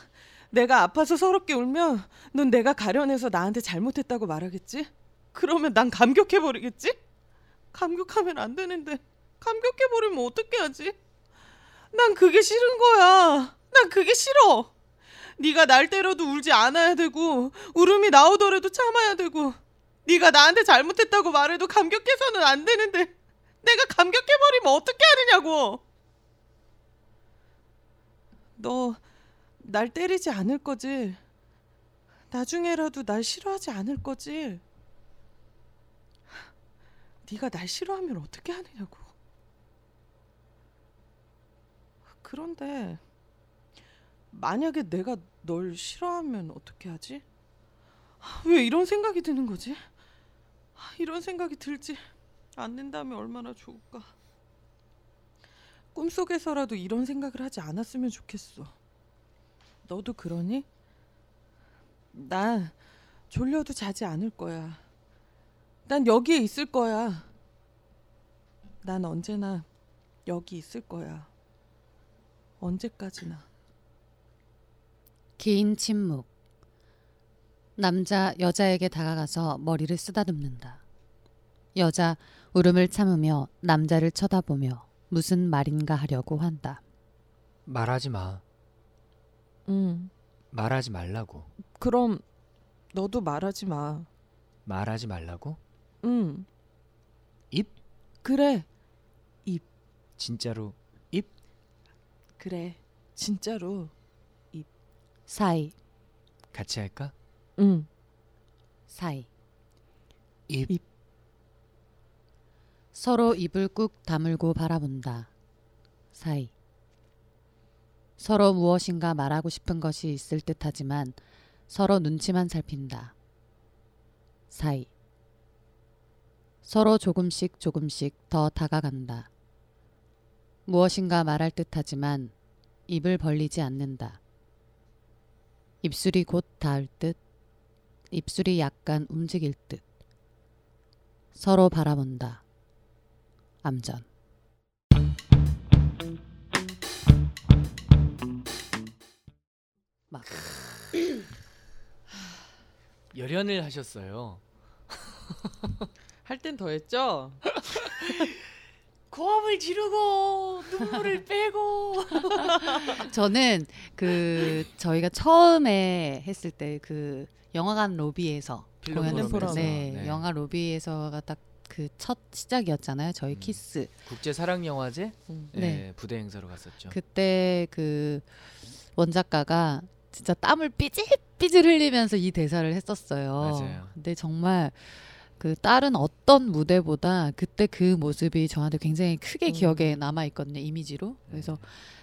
Speaker 3: 내가 아파서 서럽게 울면 넌 내가 가련해서 나한테 잘못했다고 말하겠지? 그러면 난 감격해 버리겠지? 감격하면 안 되는데 감격해 버리면 어떻게 하지? 난 그게 싫은 거야. 난 그게 싫어. 네가 날 때려도 울지 않아야 되고 울음이 나오더라도 참아야 되고 네가 나한테 잘못했다고 말해도 감격해서는 안 되는데 내가 감격해 버리면 어떻게 하느냐고. 너 날 때리지 않을 거지? 나중에라도 날 싫어하지 않을 거지? 네가 날 싫어하면 어떻게 하느냐고. 그런데 만약에 내가 널 싫어하면 어떻게 하지? 아, 왜 이런 생각이 드는 거지? 아, 이런 생각이 들지 않는다면 얼마나 좋을까. 꿈속에서라도 이런 생각을 하지 않았으면 좋겠어. 너도 그러니? 나 졸려도 자지 않을 거야. 난 여기에 있을 거야. 난 언제나 여기 있을 거야. 언제까지나.
Speaker 2: 긴 침묵. 남자 여자에게 다가가서 머리를 쓰다듬는다. 여자 울음을 참으며 남자를 쳐다보며 무슨 말인가 하려고 한다.
Speaker 1: 말하지 마.
Speaker 3: 응.
Speaker 1: 말하지 말라고.
Speaker 3: 그럼 너도 말하지 마.
Speaker 1: 말하지 말라고?
Speaker 3: 응.
Speaker 1: 입?
Speaker 3: 그래.
Speaker 1: 진짜로
Speaker 3: 그래. 진짜로.
Speaker 2: 사이,
Speaker 1: 같이 할까?
Speaker 3: 응.
Speaker 2: 사이.
Speaker 1: 입.
Speaker 3: 입.
Speaker 2: 서로 입을 꾹 다물고 바라본다. 사이. 서로 무엇인가 말하고 싶은 것이 있을 듯하지만 서로 눈치만 살핀다. 사이. 서로 조금씩 조금씩 더 다가간다. 무엇인가 말할 듯하지만 입을 벌리지 않는다. 입술이 곧 닿을 듯, 입술이 약간 움직일 듯. 서로 바라본다. 암전. 막
Speaker 1: 열연을 하셨어요.
Speaker 3: 할 땐 더 했죠?
Speaker 1: 고함을 지르고 눈물을 빼고
Speaker 2: 저는 그 저희가 처음에 했을 때 그 영화관 로비에서
Speaker 1: 필름
Speaker 2: 공연을
Speaker 3: 보러
Speaker 2: 했을 때, 네,
Speaker 1: 가서, 네.
Speaker 2: 영화 로비에서가 딱 그 첫 시작이었잖아요. 저희
Speaker 1: 음.
Speaker 2: 키스.
Speaker 1: 국제 사랑 영화제
Speaker 3: 응.
Speaker 1: 예,
Speaker 2: 네.
Speaker 1: 부대 행사로 갔었죠.
Speaker 2: 그때 그 원작가가 진짜 땀을 삐질삐질 흘리면서 이 대사를 했었어요.
Speaker 1: 맞아요.
Speaker 2: 근데 정말 그 다른 어떤 무대보다 그때 그 모습이 저한테 굉장히 크게
Speaker 3: 음.
Speaker 2: 기억에 남아 있거든요. 이미지로.
Speaker 1: 네.
Speaker 2: 그래서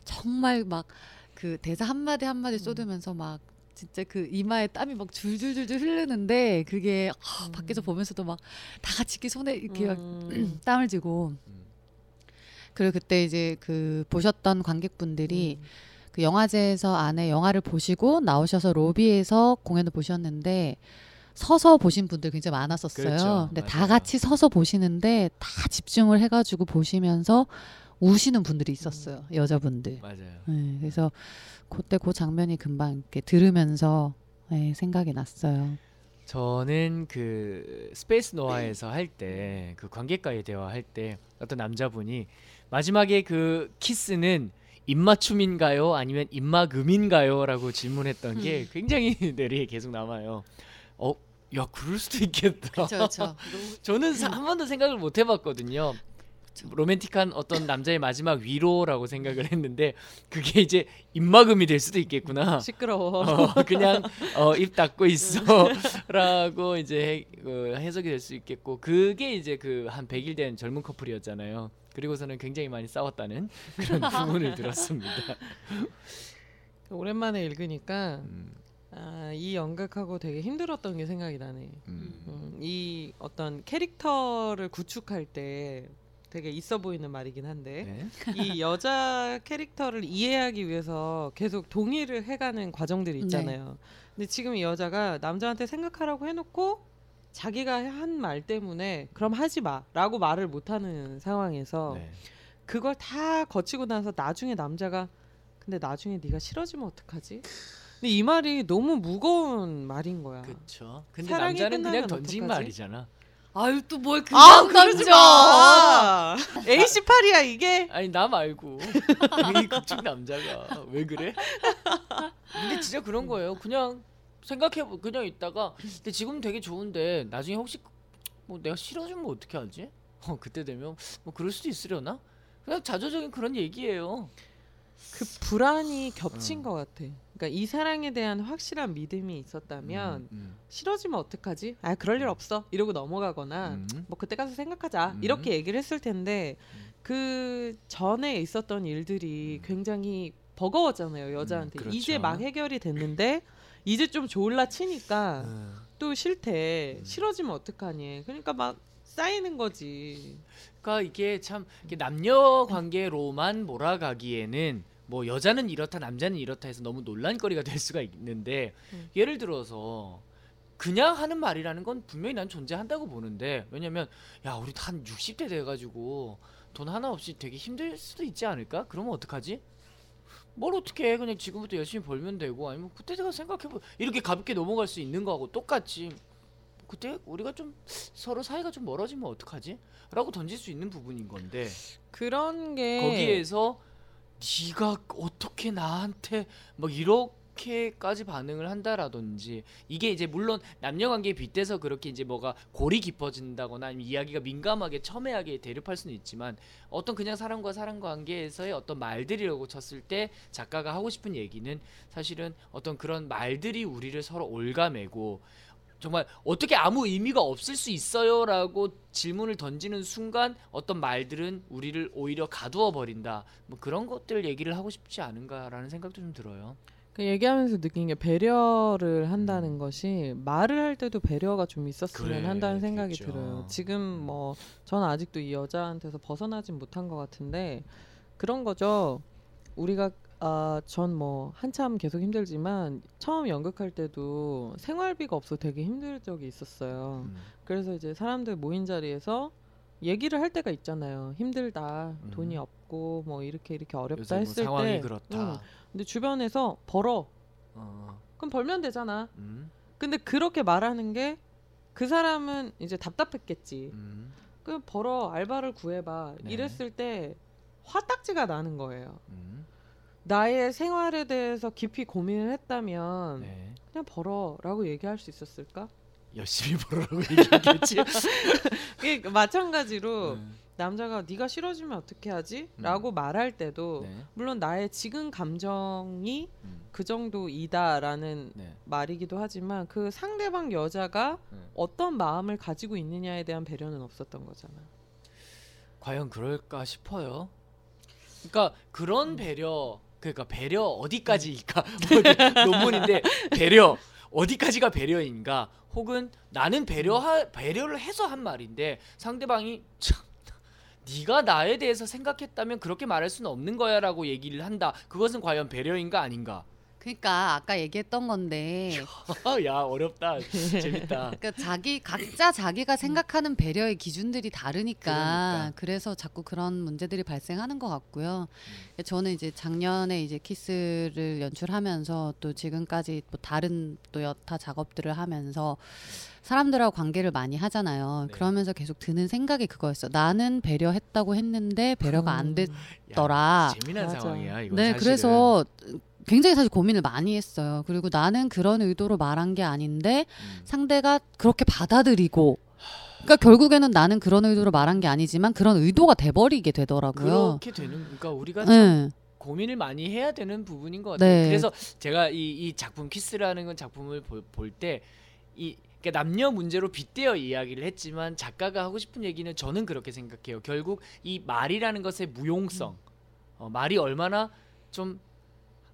Speaker 2: 정말 막 그 대사 한마디 한마디
Speaker 3: 음.
Speaker 2: 쏟으면서 막 진짜 그 이마에 땀이 막 줄줄줄줄 흐르는데 그게 아,
Speaker 1: 음.
Speaker 2: 밖에서 보면서도 막 다 같이 이렇게 손에 이렇게 막
Speaker 3: 음.
Speaker 2: 땀을 쥐고
Speaker 1: 음.
Speaker 2: 그리고 그때 이제 그 보셨던 관객분들이 그 영화제에서 안에 영화를 보시고 나오셔서 로비에서 공연을 보셨는데 서서 보신 분들 굉장히 많았었어요.
Speaker 1: 그렇죠.
Speaker 2: 근데 다
Speaker 1: 맞아요.
Speaker 2: 같이 서서 보시는데 다 집중을 해가지고 보시면서 우시는 분들이 있었어요. 여자분들.
Speaker 1: 맞아요.
Speaker 2: 네, 그래서 그때 그 장면이 금방 이렇게 들으면서 네, 생각이 났어요.
Speaker 1: 저는 그 스페이스 노아에서 할 때
Speaker 2: 음.
Speaker 1: 그 관객과의 대화할 때 어떤 남자분이 마지막에 그 키스는 입맞춤인가요? 아니면 입막음인가요? 라고 질문했던
Speaker 2: 음.
Speaker 1: 게 굉장히 뇌리에 계속 남아요. 어, 야, 그럴 수도 있겠다.
Speaker 2: 그렇죠.
Speaker 1: 저는 사- 한 번도 생각을 못 해봤거든요. 로맨틱한 어떤 남자의 마지막 위로라고 생각을 했는데 그게 이제 입막음이 될 수도 있겠구나.
Speaker 3: 시끄러워.
Speaker 1: 어, 그냥 어, 입 닫고 있어라고 이제 해, 어, 해석이 될 수 있겠고 그게 이제 그 한 100일 된 젊은 커플이었잖아요. 그리고서는 굉장히 많이 싸웠다는 그런 부분을 들었습니다.
Speaker 3: 오랜만에 읽으니까
Speaker 1: 음,
Speaker 3: 아, 이 연극하고 되게 힘들었던 게 생각이 나네.
Speaker 4: 음.
Speaker 3: 음, 이 어떤 캐릭터를 구축할 때 되게 있어 보이는 말이긴 한데
Speaker 1: 네.
Speaker 3: 이 여자 캐릭터를 이해하기 위해서 계속 동의를 해가는 과정들이 있잖아요. 근데 지금 이 여자가 남자한테 생각하라고 해놓고 자기가 한 말 때문에 그럼 하지 마라고 말을 못하는 상황에서
Speaker 2: 어.
Speaker 1: 네.
Speaker 3: 그걸 다 거치고 나서 나중에 남자가 근데 나중에 네가 싫어지면 어떡하지? 근데 이 말이 너무 무거운 말인 거야.
Speaker 1: 그렇죠. 근데
Speaker 3: 사랑이
Speaker 1: 남자는 그냥
Speaker 3: 끝나면
Speaker 1: 던진
Speaker 3: 어떡하지?
Speaker 1: 말이잖아.
Speaker 2: 아유 또뭘
Speaker 3: 아 그러지 마. AC 팔이야 이게.
Speaker 1: 아니 나 말고 이 극중 남자가 왜 그래? 근데 진짜 그런 거예요. 그냥 생각해 보 그냥 있다가 근데 지금 되게 좋은데 나중에 혹시 뭐 내가 싫어지면 어떻게 하지? 어 그때 되면 뭐 그럴 수도 있으려나? 그냥 자조적인 그런 얘기예요.
Speaker 3: 그 불안이 겹친
Speaker 1: 음.
Speaker 3: 것 같아. 그러니까 이 사랑에 대한 확실한 믿음이 있었다면 싫어지면 어떡하지? 아 그럴
Speaker 1: 음.
Speaker 3: 일 없어 이러고 넘어가거나 뭐 그때 가서 생각하자
Speaker 4: 음.
Speaker 3: 이렇게 얘기를 했을 텐데
Speaker 1: 음.
Speaker 3: 그 전에 있었던 일들이
Speaker 1: 음.
Speaker 3: 굉장히 버거웠잖아요 여자한테
Speaker 1: 음, 그렇죠.
Speaker 3: 이제 막 해결이 됐는데 이제 좀 졸라
Speaker 1: 아.
Speaker 3: 치니까 또 싫대
Speaker 1: 음.
Speaker 3: 싫어지면 어떡하니 그러니까 막 쌓이는 거지
Speaker 1: 그러니까 이게 참 이게 남녀 관계로만 몰아가기에는 뭐 여자는 이렇다 남자는 이렇다 해서 너무 논란거리가 될 수가 있는데
Speaker 3: 음.
Speaker 1: 예를 들어서 그냥 하는 말이라는 건 분명히 난 존재한다고 보는데 왜냐면 야 우리 다 한 60대 돼가지고 돈 하나 없이 되게 힘들 수도 있지 않을까? 그러면 어떡하지? 뭘 어떻게 해 그냥 지금부터 열심히 벌면 되고 아니면 뭐 그때 내가 생각해보 이렇게 가볍게 넘어갈 수 있는 거하고 똑같이 그때 우리가 좀 서로 사이가 좀 멀어지면 어떡하지? 라고 던질 수 있는 부분인 건데
Speaker 3: 그런 게
Speaker 1: 거기에서 네가 어떻게 나한테 막 이렇게까지 반응을 한다라든지 이게 이제 물론 남녀 관계에 빗대서 그렇게 이제 뭐가 골이 깊어진다거나 아니면 이야기가 민감하게 첨예하게 대립할 수는 있지만 어떤 그냥 사람과 사람 관계에서의 어떤 말들이라고 쳤을 때 작가가 하고 싶은 얘기는 사실은 어떤 그런 말들이 우리를 서로 올가매고 정말 어떻게 아무 의미가 없을 수 있어요라고 질문을 던지는 순간 어떤 말들은 우리를 오히려 가두어 버린다. 뭐 그런 것들 얘기를 하고 싶지 않은가라는 생각도 좀 들어요.
Speaker 3: 그 얘기하면서 느낀 게 배려를 한다는
Speaker 1: 음.
Speaker 3: 것이 말을 할 때도 배려가 좀 있었으면
Speaker 1: 그래,
Speaker 3: 한다는 생각이
Speaker 1: 그렇죠.
Speaker 3: 들어요. 지금 뭐 저는 아직도 이 여자한테서 벗어나진 못한 것 같은데 그런 거죠. 우리가 아, 전 뭐 한참 계속 힘들지만 처음 연극할 때도 생활비가 없어 되게 힘들 적이 있었어요.
Speaker 1: 음.
Speaker 3: 그래서 이제 사람들 모인 자리에서 얘기를 할 때가 있잖아요. 힘들다,
Speaker 1: 음.
Speaker 3: 돈이 없고 뭐 이렇게 이렇게 어렵다
Speaker 1: 요새 뭐
Speaker 3: 했을
Speaker 1: 상황이
Speaker 3: 때,
Speaker 1: 그렇다.
Speaker 3: 음, 근데 주변에서 벌어
Speaker 1: 어,
Speaker 3: 그럼 벌면 되잖아.
Speaker 1: 음,
Speaker 3: 근데 그렇게 말하는 게 그 사람은 이제 답답했겠지.
Speaker 1: 음,
Speaker 3: 그럼 벌어 알바를 구해봐.
Speaker 1: 네.
Speaker 3: 이랬을 때 화딱지가 나는 거예요.
Speaker 1: 음,
Speaker 3: 나의 생활에 대해서 깊이 고민을 했다면
Speaker 1: 네.
Speaker 3: 그냥 벌어라고 얘기할 수 있었을까?
Speaker 1: 열심히 벌으라고 얘기했겠지.
Speaker 3: 이게 마찬가지로
Speaker 1: 음,
Speaker 3: 남자가 네가 싫어지면 어떻게
Speaker 1: 음.
Speaker 3: 하지?라고 말할 때도
Speaker 1: 네.
Speaker 3: 물론 나의 지금 감정이
Speaker 1: 음,
Speaker 3: 그 정도이다라는
Speaker 1: 네.
Speaker 3: 말이기도 하지만 그 상대방 여자가
Speaker 1: 음.
Speaker 3: 어떤 마음을 가지고 있느냐에 대한 배려는 없었던 거잖아.
Speaker 2: 음.
Speaker 1: 과연 그럴까 싶어요. 그러니까 그런 배려. 그러니까 배려 어디까지일까 뭐 이렇게 논문인데 배려 어디까지가 배려인가 혹은 나는 배려 배려를 해서 한 말인데 상대방이 참 네가 나에 대해서 생각했다면 그렇게 말할 수는 없는 거야라고 얘기를 한다. 그것은 과연 배려인가 아닌가?
Speaker 2: 그러니까 아까 얘기했던 건데
Speaker 1: 야 어렵다. 재밌다.
Speaker 2: 그러니까 자기 각자 자기가 생각하는 배려의 기준들이 다르니까
Speaker 1: 그러니까.
Speaker 2: 그래서 자꾸 그런 문제들이 발생하는 것 같고요.
Speaker 1: 음.
Speaker 2: 저는 이제 작년에 이제 키스를 연출하면서 또 지금까지 뭐 다른 또 여타 작업들을 하면서 사람들하고 관계를 많이 하잖아요.
Speaker 1: 네.
Speaker 2: 그러면서 계속 드는 생각이 그거였어. 나는 배려했다고 했는데 배려가 안
Speaker 3: 음.
Speaker 2: 됐.
Speaker 1: 야,
Speaker 2: 더라.
Speaker 1: 재미난
Speaker 3: 맞아.
Speaker 1: 상황이야 이거
Speaker 2: 네,
Speaker 1: 사실은.
Speaker 2: 그래서 굉장히 사실 고민을 많이 했어요. 그리고 나는 그런 의도로 말한 게 아닌데
Speaker 4: 음.
Speaker 2: 상대가 그렇게 받아들이고 그러니까 결국에는 나는 그런 의도로 말한 게 아니지만 그런 의도가 돼버리게 되더라고요.
Speaker 1: 그렇게 되는 그러니까 우리가 참
Speaker 2: 네,
Speaker 1: 고민을 많이 해야 되는 부분인 것 같아요.
Speaker 2: 네.
Speaker 1: 그래서 제가 이, 이 작품 키스라는 건 작품을 볼 때 이 그러니까 남녀 문제로 빗대어 이야기를 했지만 작가가 하고 싶은 얘기는 저는 그렇게 생각해요. 결국 이 말이라는 것의 무용성, 어, 말이 얼마나 좀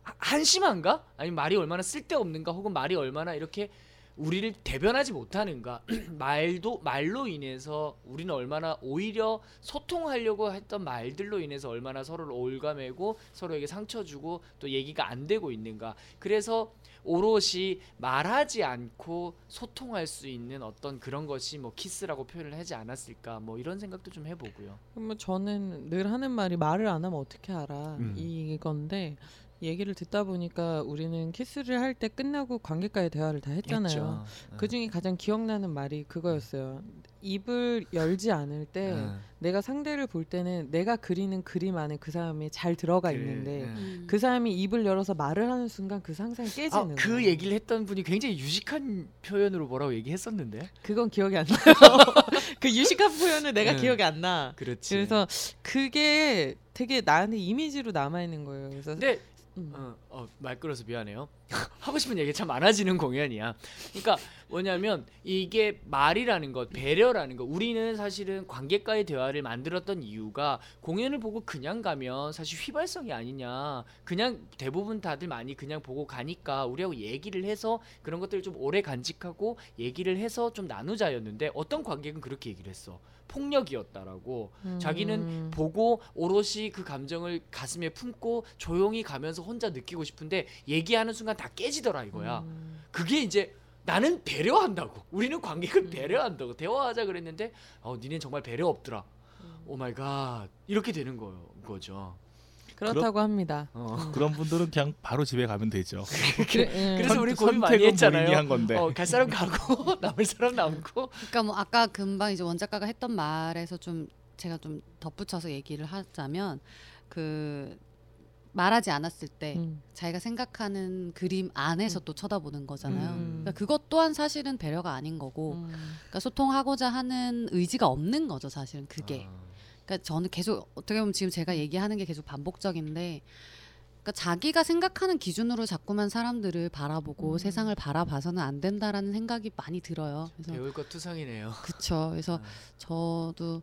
Speaker 1: 하- 한심한가? 아니면 말이 얼마나 쓸데없는가? 혹은 말이 얼마나 이렇게 우리를 대변하지 못하는가? 말도 말로 인해서 우리는 얼마나 오히려 소통하려고 했던 말들로 인해서 얼마나 서로를 올가매고 서로에게 상처 주고 또 얘기가 안 되고 있는가. 그래서 오롯이 말하지 않고 소통할 수 있는 어떤 그런 것이 뭐 키스라고 표현을 하지 않았을까 뭐 이런 생각도 좀 해보고요.
Speaker 3: 뭐 저는 늘 하는 말이 말을 안 하면 어떻게 알아
Speaker 1: 음.
Speaker 3: 이건데 얘기를 듣다 보니까 우리는 키스를 할 때 끝나고 관객과의 대화를 다 했잖아요.
Speaker 1: 네.
Speaker 3: 그 중에 가장 기억나는 말이 그거였어요. 입을 열지 않을
Speaker 1: 네.
Speaker 3: 때 내가 상대를 볼 때는 내가 그리는 그림 안에 그 사람이 잘 들어가
Speaker 1: 네.
Speaker 3: 있는데 그 사람이 입을 열어서 말을 하는 순간 그 상상이
Speaker 1: 아,
Speaker 3: 깨지는
Speaker 1: 그
Speaker 3: 거예요.
Speaker 1: 얘기를 했던 분이 굉장히 유식한 표현으로 뭐라고 얘기했었는데.
Speaker 3: 그건 기억이 안 나. 그 유식한 표현은 내가
Speaker 1: 네.
Speaker 3: 기억이 안 나.
Speaker 1: 그렇지.
Speaker 3: 그래서 그게 되게 나한테 이미지로 남아 있는 거예요. 그래서
Speaker 1: 근데
Speaker 3: 음.
Speaker 1: 어, 어, 말 끌어서 미안해요. 하고 싶은 얘기 참 많아지는 공연이야. 그러니까 뭐냐면 이게 말이라는 것, 배려라는 것. 우리는 사실은 관객과의 대화를 만들었던 이유가 공연을 보고 그냥 가면 사실 휘발성이 아니냐. 그냥 대부분 다들 많이 그냥 보고 가니까 우리하고 얘기를 해서 그런 것들을 좀 오래 간직하고 얘기를 해서 좀 나누자였는데 어떤 관객은 그렇게 얘기를 했어. 폭력이었다라고. 자기는
Speaker 3: 음.
Speaker 1: 보고 오롯이 그 감정을 가슴에 품고 조용히 가면서 혼자 느끼고 싶은데 얘기하는 순간 다 깨지더라 이거야.
Speaker 3: 음.
Speaker 1: 그게 이제 나는 배려한다고. 우리는 관객을
Speaker 3: 음.
Speaker 1: 배려한다고 대화하자 그랬는데 어 니네 정말 배려 없더라. 오 마이 갓. 이렇게 되는 거요. 거죠.
Speaker 3: 그렇다고 합니다.
Speaker 1: 어.
Speaker 4: 그런 분들은 그냥 바로 집에 가면 되죠.
Speaker 1: 그래-
Speaker 3: 음.
Speaker 1: 그래서
Speaker 4: 선-
Speaker 1: 우리 고민 많이
Speaker 4: 선택은
Speaker 1: 했잖아요.
Speaker 4: 본인이 한
Speaker 3: 네.
Speaker 4: 건데.
Speaker 1: 어, 갈 사람 가고 남을 사람 남고
Speaker 2: 그러니까 뭐 아까 금방 이제 원 작가가 했던 말에서 좀 제가 좀 덧붙여서 얘기를 하자면 그 말하지 않았을 때
Speaker 3: 음.
Speaker 2: 자기가 생각하는 그림 안에서 또 쳐다보는 거잖아요.
Speaker 3: 음.
Speaker 2: 그러니까 그것 또한 사실은 배려가 아닌 거고,
Speaker 3: 음.
Speaker 2: 그러니까 소통하고자 하는 의지가 없는 거죠, 사실은
Speaker 3: 아.
Speaker 2: 그게.
Speaker 1: 아,
Speaker 2: 그러니까 저는 계속 어떻게 보면 지금 제가 얘기하는 게 계속 반복적인데 그러니까 자기가 생각하는 기준으로 자꾸만 사람들을 바라보고
Speaker 3: 음.
Speaker 2: 세상을 바라봐서는 안 된다라는 생각이 많이 들어요.
Speaker 1: 아,
Speaker 2: 그래서
Speaker 1: 배울 것 투성이네요.
Speaker 2: 그쵸. 그래서
Speaker 1: 아.
Speaker 2: 저도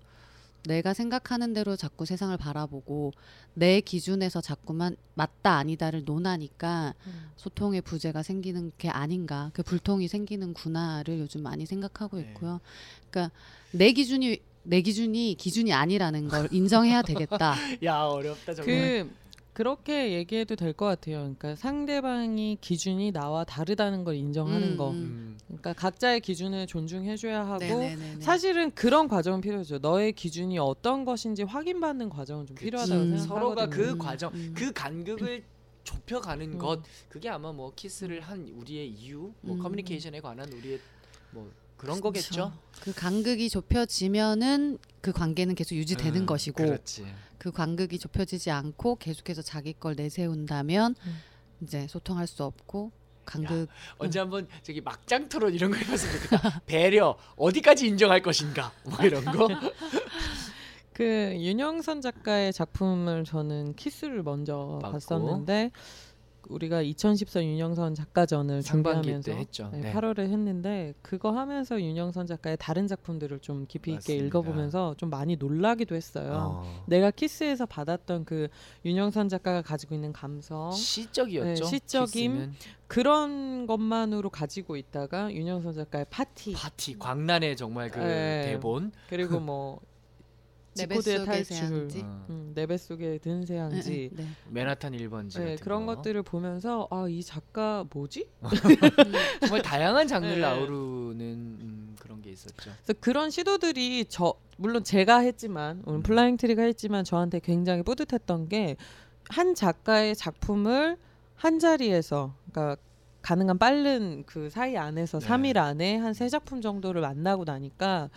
Speaker 2: 내가 생각하는 대로 자꾸 세상을 바라보고 내 기준에서 자꾸만 맞다 아니다를 논하니까
Speaker 3: 음.
Speaker 2: 소통의 부재가 생기는 게 아닌가, 그 불통이 생기는구나를 요즘 많이 생각하고
Speaker 1: 네.
Speaker 2: 있고요. 그러니까 내 기준이 내 기준이 기준이 아니라는 걸 인정해야 되겠다.
Speaker 1: 야 어렵다 정말.
Speaker 3: 그 그렇게 얘기해도 될 것 같아요. 그러니까 상대방이 기준이 나와 다르다는 걸 인정하는
Speaker 2: 음,
Speaker 3: 거.
Speaker 2: 음.
Speaker 1: 음.
Speaker 3: 그러니까 각자의 기준을 존중해줘야 하고
Speaker 2: 네네네네.
Speaker 3: 사실은 그런 과정은 필요하죠. 너의 기준이 어떤 것인지 확인받는 과정은 좀
Speaker 1: 그치.
Speaker 3: 필요하다고
Speaker 2: 음.
Speaker 3: 생각하거든요.
Speaker 1: 서로가 그
Speaker 2: 음,
Speaker 1: 과정,
Speaker 2: 음.
Speaker 1: 그 간극을 좁혀가는
Speaker 3: 음.
Speaker 1: 것 그게 아마 뭐 키스를 한 우리의 이유, 뭐
Speaker 2: 음.
Speaker 1: 커뮤니케이션에 관한 우리의 뭐 그런
Speaker 2: 그쵸.
Speaker 1: 거겠죠.
Speaker 2: 그 간극이 좁혀지면은 그 관계는 계속 유지되는
Speaker 1: 음,
Speaker 2: 것이고 그
Speaker 1: 그렇지.
Speaker 2: 간극이 좁혀지지 않고 계속해서 자기 걸 내세운다면
Speaker 3: 음.
Speaker 2: 이제 소통할 수 없고 간극
Speaker 3: 음.
Speaker 1: 언제 한번 저기 막장 토론 이런 거 해봤으면 좋겠다. 배려 어디까지 인정할 것인가, 뭐 이런 거.
Speaker 3: 그 윤영선 작가의 작품을 저는 키스를 먼저
Speaker 1: 봤고.
Speaker 3: 봤었는데 우리가 2014 윤영선 작가전을
Speaker 1: 상반기
Speaker 3: 준비하면서
Speaker 1: 때 했죠.
Speaker 3: 네,
Speaker 1: 네.
Speaker 3: 8월에 했는데 그거 하면서 윤영선 작가의 다른 작품들을 좀 깊이 있게
Speaker 4: 맞습니다.
Speaker 3: 읽어보면서 좀 많이 놀라기도 했어요.
Speaker 4: 어.
Speaker 3: 내가 키스에서 받았던 그 윤영선 작가가 가지고 있는 감성
Speaker 1: 시적이었죠.
Speaker 3: 네, 시적임.
Speaker 1: 키스는.
Speaker 3: 그런 것만으로 가지고 있다가 윤영선 작가의 파티
Speaker 1: 파티 광란의 정말 그
Speaker 3: 네.
Speaker 1: 대본.
Speaker 3: 그리고 뭐
Speaker 2: 내
Speaker 3: 지코드의
Speaker 2: 뱃속의
Speaker 3: 탈출.
Speaker 2: 세안지.
Speaker 1: 어.
Speaker 3: 음, 내 뱃속에 든 세안지
Speaker 2: 네.
Speaker 1: 맨하탄 1번지
Speaker 3: 네,
Speaker 1: 같은
Speaker 3: 그런
Speaker 1: 거.
Speaker 3: 것들을 보면서 아 이 작가 뭐지?
Speaker 1: 정말 다양한 장르를
Speaker 3: 네.
Speaker 1: 아우르는 음, 그런 게 있었죠.
Speaker 3: 그래서 그런 시도들이 저 물론 제가 했지만 오늘
Speaker 1: 음.
Speaker 3: 플라잉 트리가 했지만 저한테 굉장히 뿌듯했던 게 한 작가의 작품을 한 자리에서 그러니까 가능한 빠른 그 사이 안에서
Speaker 4: 네.
Speaker 3: 삼 3일 안에 한 세 작품 정도를 만나고 나니까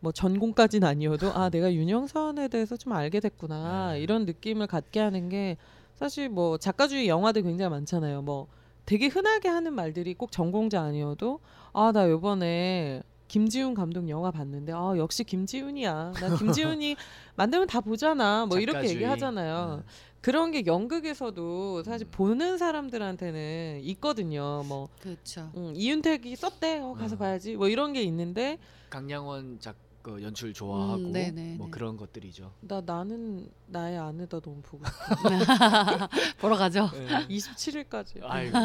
Speaker 3: 뭐 전공까지는 아니어도 아 내가 윤영선에 대해서 좀 알게 됐구나
Speaker 1: 네.
Speaker 3: 이런 느낌을 갖게 하는 게 사실 뭐 작가주의 영화들 굉장히 많잖아요. 뭐 되게 흔하게 하는 말들이 꼭 전공자 아니어도 아 나 요번에 김지훈 감독 영화 봤는데 아 역시 김지훈이야. 나 김지훈이 만들면 다 보잖아. 뭐 이렇게
Speaker 1: 작가주의.
Speaker 3: 얘기하잖아요.
Speaker 1: 음.
Speaker 3: 그런 게 연극에서도 사실
Speaker 1: 음.
Speaker 3: 보는 사람들한테는 있거든요. 뭐
Speaker 2: 그렇죠.
Speaker 3: 음, 이윤택이 썼대. 어, 가서
Speaker 1: 음.
Speaker 3: 봐야지. 뭐 이런 게 있는데
Speaker 1: 강양원 작 그 연출 좋아하고
Speaker 2: 음, 네, 네,
Speaker 1: 뭐
Speaker 2: 네.
Speaker 1: 그런 것들이죠.
Speaker 3: 나 나는 나의 아내다 너무 보고 싶어.
Speaker 2: 보러 가죠.
Speaker 1: 네.
Speaker 3: 27일까지.
Speaker 1: 아이고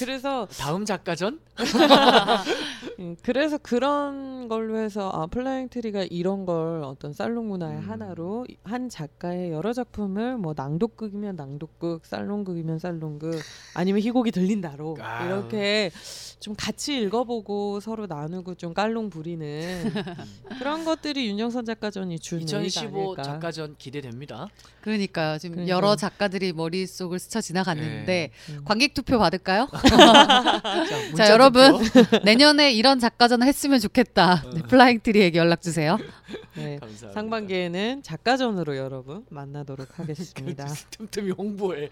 Speaker 3: 그래서
Speaker 1: 다음 작가전?
Speaker 3: 음, 그래서 그런 걸로 해서 아 플라잉 트리가 이런 걸 어떤 살롱 문화의
Speaker 1: 음.
Speaker 3: 하나로 한 작가의 여러 작품을 뭐 낭독극이면 낭독극, 살롱극이면 살롱극, 아니면 희곡이 들린다로
Speaker 1: 아유.
Speaker 3: 이렇게 좀 같이 읽어보고 서로 나누고 좀 깔롱 부리는 그런 것들이 윤영선 작가전이 준 의미가
Speaker 1: 2015
Speaker 3: 아닐까.
Speaker 1: 작가전 기대됩니다.
Speaker 2: 그러니까요. 네. 지금
Speaker 3: 그러니까.
Speaker 2: 여러 작가들이 머릿속을 스쳐 지나갔는데
Speaker 3: 음.
Speaker 2: 관객 투표 받을까요?
Speaker 1: 자,
Speaker 2: 자, 여러분. 내년에 이런 작가전 했으면 좋겠다. 네, 플라잉 트리에게 연락 주세요.
Speaker 3: 네.
Speaker 1: 감사.
Speaker 3: 상반기에는 작가전으로 여러분 만나도록 하겠습니다.
Speaker 1: 그렇죠. 틈틈이 홍보해.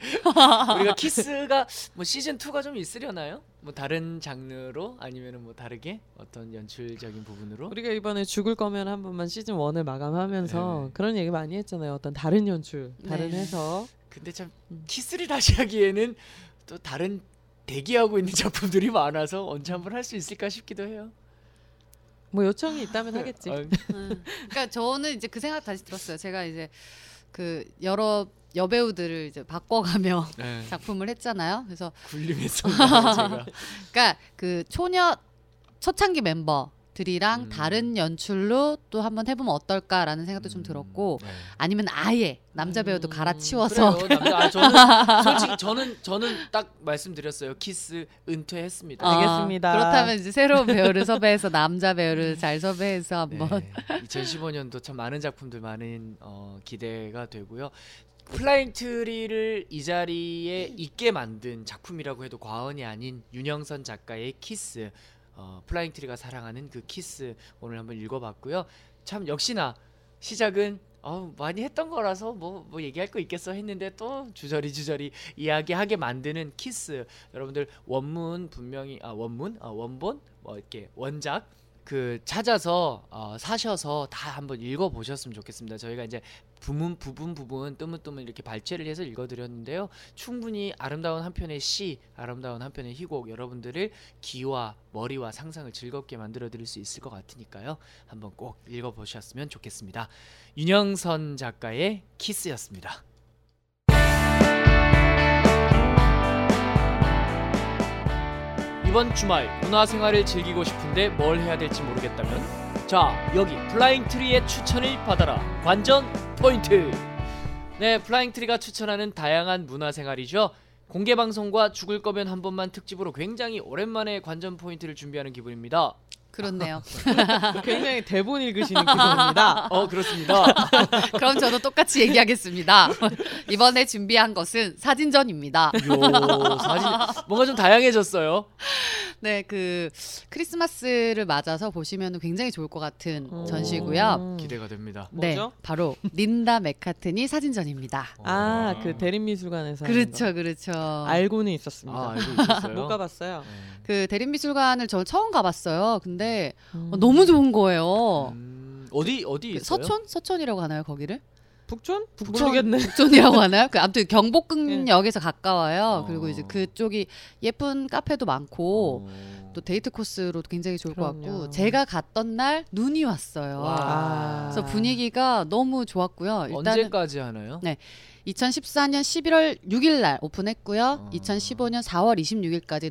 Speaker 1: 우리가 키스가 뭐 시즌 2가 좀 있으려나요? 뭐 다른 장르로 아니면은 뭐 다르게 어떤 연출적인 부분으로?
Speaker 3: 우리가 이번에 죽을 거면 한 번만 시즌 1을 마감하면서
Speaker 1: 네네.
Speaker 3: 그런 얘기 많이 했잖아요. 어떤 다른 연출, 다른
Speaker 2: 네.
Speaker 3: 해석.
Speaker 1: 근데 참
Speaker 3: 음.
Speaker 1: 키스를 다시 하기에는 또 다른 대기하고 있는 작품들이 많아서 언제 한번 할 수 있을까 싶기도 해요.
Speaker 3: 뭐 요청이 있다면 하겠지.
Speaker 1: 어,
Speaker 2: 음. 그러니까 저는 이제 그 생각 다시 들었어요. 제가 이제 그 여러 여배우들을 이제 바꿔가며
Speaker 1: 네.
Speaker 2: 작품을 했잖아요. 그래서
Speaker 1: 굴림했어 제가.
Speaker 2: 그러니까 그 초년 초창기 멤버들이랑
Speaker 1: 음.
Speaker 2: 다른 연출로 또 한번 해보면 어떨까라는 생각도 좀 들었고
Speaker 1: 네.
Speaker 2: 아니면 아예 남자 배우도
Speaker 3: 음,
Speaker 2: 갈아치워서
Speaker 1: 그래요. 남자, 아, 저는 솔직히 저는 저는 딱 말씀드렸어요. 키스 은퇴했습니다.
Speaker 2: 어,
Speaker 3: 알겠습니다.
Speaker 2: 그렇다면 이제 새로운 배우를 섭외해서 남자 배우를 잘 섭외해서 한번
Speaker 3: 네.
Speaker 1: 2015년도 네. 참 많은 작품들 많은 어, 기대가 되고요. 플라잉 트리를 이 자리에 있게 만든 작품이라고 해도 과언이 아닌 윤영선 작가의 키스 어, 플라잉 트리가 사랑하는 그 키스 오늘 한번 읽어봤고요. 참 역시나 시작은 어, 많이 했던 거라서 뭐, 뭐 얘기할 거 있겠어 했는데 또 주저리 주저리 이야기하게 만드는 키스 여러분들 원문 분명히 아 원문 아, 원본 뭐 이렇게 원작 그 찾아서 어, 사셔서 다 한번 읽어보셨으면 좋겠습니다. 저희가 이제 부문 부분 부분 뜨문뜨문 이렇게 발췌를 해서 읽어드렸는데요. 충분히 아름다운 한 편의 시, 아름다운 한 편의 희곡 여러분들을 귀와 머리와 상상을 즐겁게 만들어드릴 수 있을 것 같으니까요. 한번 꼭 읽어보셨으면 좋겠습니다. 윤영선 작가의 키스였습니다. 이번 주말 문화생활을 즐기고 싶은데 뭘 해야 될지 모르겠다면 자 여기 플라잉 트리의 추천을 받아라 관전 포인트 네 플라잉 트리가 추천하는 다양한 문화생활이죠 공개 방송과 죽을 거면 한 번만 특집으로 굉장히 오랜만에 관전 포인트를 준비하는 기분입니다
Speaker 2: 그렇네요.
Speaker 3: 굉장히 대본 읽으시는 기분입니다.
Speaker 1: 어 그렇습니다
Speaker 2: 그럼 저도 똑같이 얘기하겠습니다. 이번에 준비한 것은 사진전입니다.
Speaker 1: 요 사진 뭔가 좀 다양해졌어요
Speaker 2: 네, 그 크리스마스를 맞아서 보시면 굉장히 좋을 것 같은
Speaker 3: 음.
Speaker 2: 전시고요.
Speaker 1: 기대가 됩니다
Speaker 3: 뭐죠?
Speaker 2: 네, 바로 린다 맥카트니 사진전입니다.
Speaker 3: 아, 그 대림미술관에서 하는 거.
Speaker 2: 그렇죠, 그렇죠.
Speaker 3: 알고는
Speaker 2: 음.
Speaker 3: 있었습니다.
Speaker 1: 아 알고 있었어요
Speaker 3: 못 가봤어요.
Speaker 1: 네.
Speaker 2: 그 대림미술관을 저 처음 가봤어요. 근데
Speaker 3: 음.
Speaker 2: 너무 좋은 거예요.
Speaker 1: 음, 어디 어디
Speaker 2: 그
Speaker 1: 있어요?
Speaker 2: 서촌? 서촌이라고 하나요, 거기를?
Speaker 3: 북촌?
Speaker 2: 북촌?
Speaker 3: 모르겠네.
Speaker 2: 북촌이라고 하나요? 그 아무튼
Speaker 1: 네.
Speaker 2: 경복궁역에서
Speaker 1: 어.
Speaker 2: 가까워요. 그리고 이제 그쪽이 예쁜 카페도 많고
Speaker 1: 어.
Speaker 2: 또 데이트 코스로 굉장히 좋을 것
Speaker 3: 그럼요.
Speaker 2: 같고 제가 갔던 날 눈이 왔어요.
Speaker 1: 와. 아.
Speaker 2: 그래서 분위기가 너무 좋았고요. 일단은
Speaker 1: 언제까지 하나요?
Speaker 2: 2014년 11월 6일 날 오픈했고요.
Speaker 1: 어.
Speaker 2: 2015년 4월 26일까지
Speaker 1: 오, 어, 꽤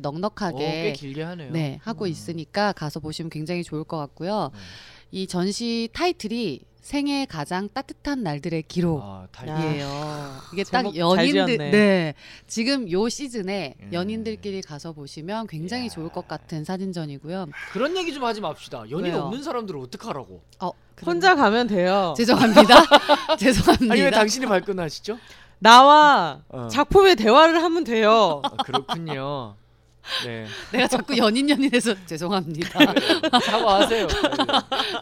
Speaker 2: 넉넉하게
Speaker 1: 길게 하네요.
Speaker 2: 네, 하고
Speaker 1: 음.
Speaker 2: 있으니까 가서 보시면 굉장히 좋을 것 같고요.
Speaker 1: 음.
Speaker 2: 이 전시 타이틀이 생애 가장 따뜻한 날들의 기록.
Speaker 1: 아, 달...
Speaker 3: 야.
Speaker 2: 이에요. 이게
Speaker 3: 제목
Speaker 2: 딱
Speaker 3: 잘
Speaker 2: 연인들
Speaker 3: 지었네.
Speaker 2: 네. 지금 요 시즌에
Speaker 4: 음.
Speaker 2: 연인들끼리 가서 보시면 굉장히
Speaker 1: 야.
Speaker 2: 좋을 것 같은 사진전이고요.
Speaker 1: 그런 얘기 좀 하지 맙시다. 연인
Speaker 2: 왜요?
Speaker 1: 없는 사람들은 어떡하라고?
Speaker 2: 어,
Speaker 3: 혼자 가면 돼요.
Speaker 2: 죄송합니다. 죄송합니다.
Speaker 1: 아니 왜 당신이 발끈하시죠?
Speaker 3: 나와
Speaker 1: 어.
Speaker 3: 작품의 대화를 하면 돼요.
Speaker 1: 아, 그렇군요. 네.
Speaker 2: 내가 자꾸 연인 연인해서 죄송합니다.
Speaker 1: 사과하세요. 네.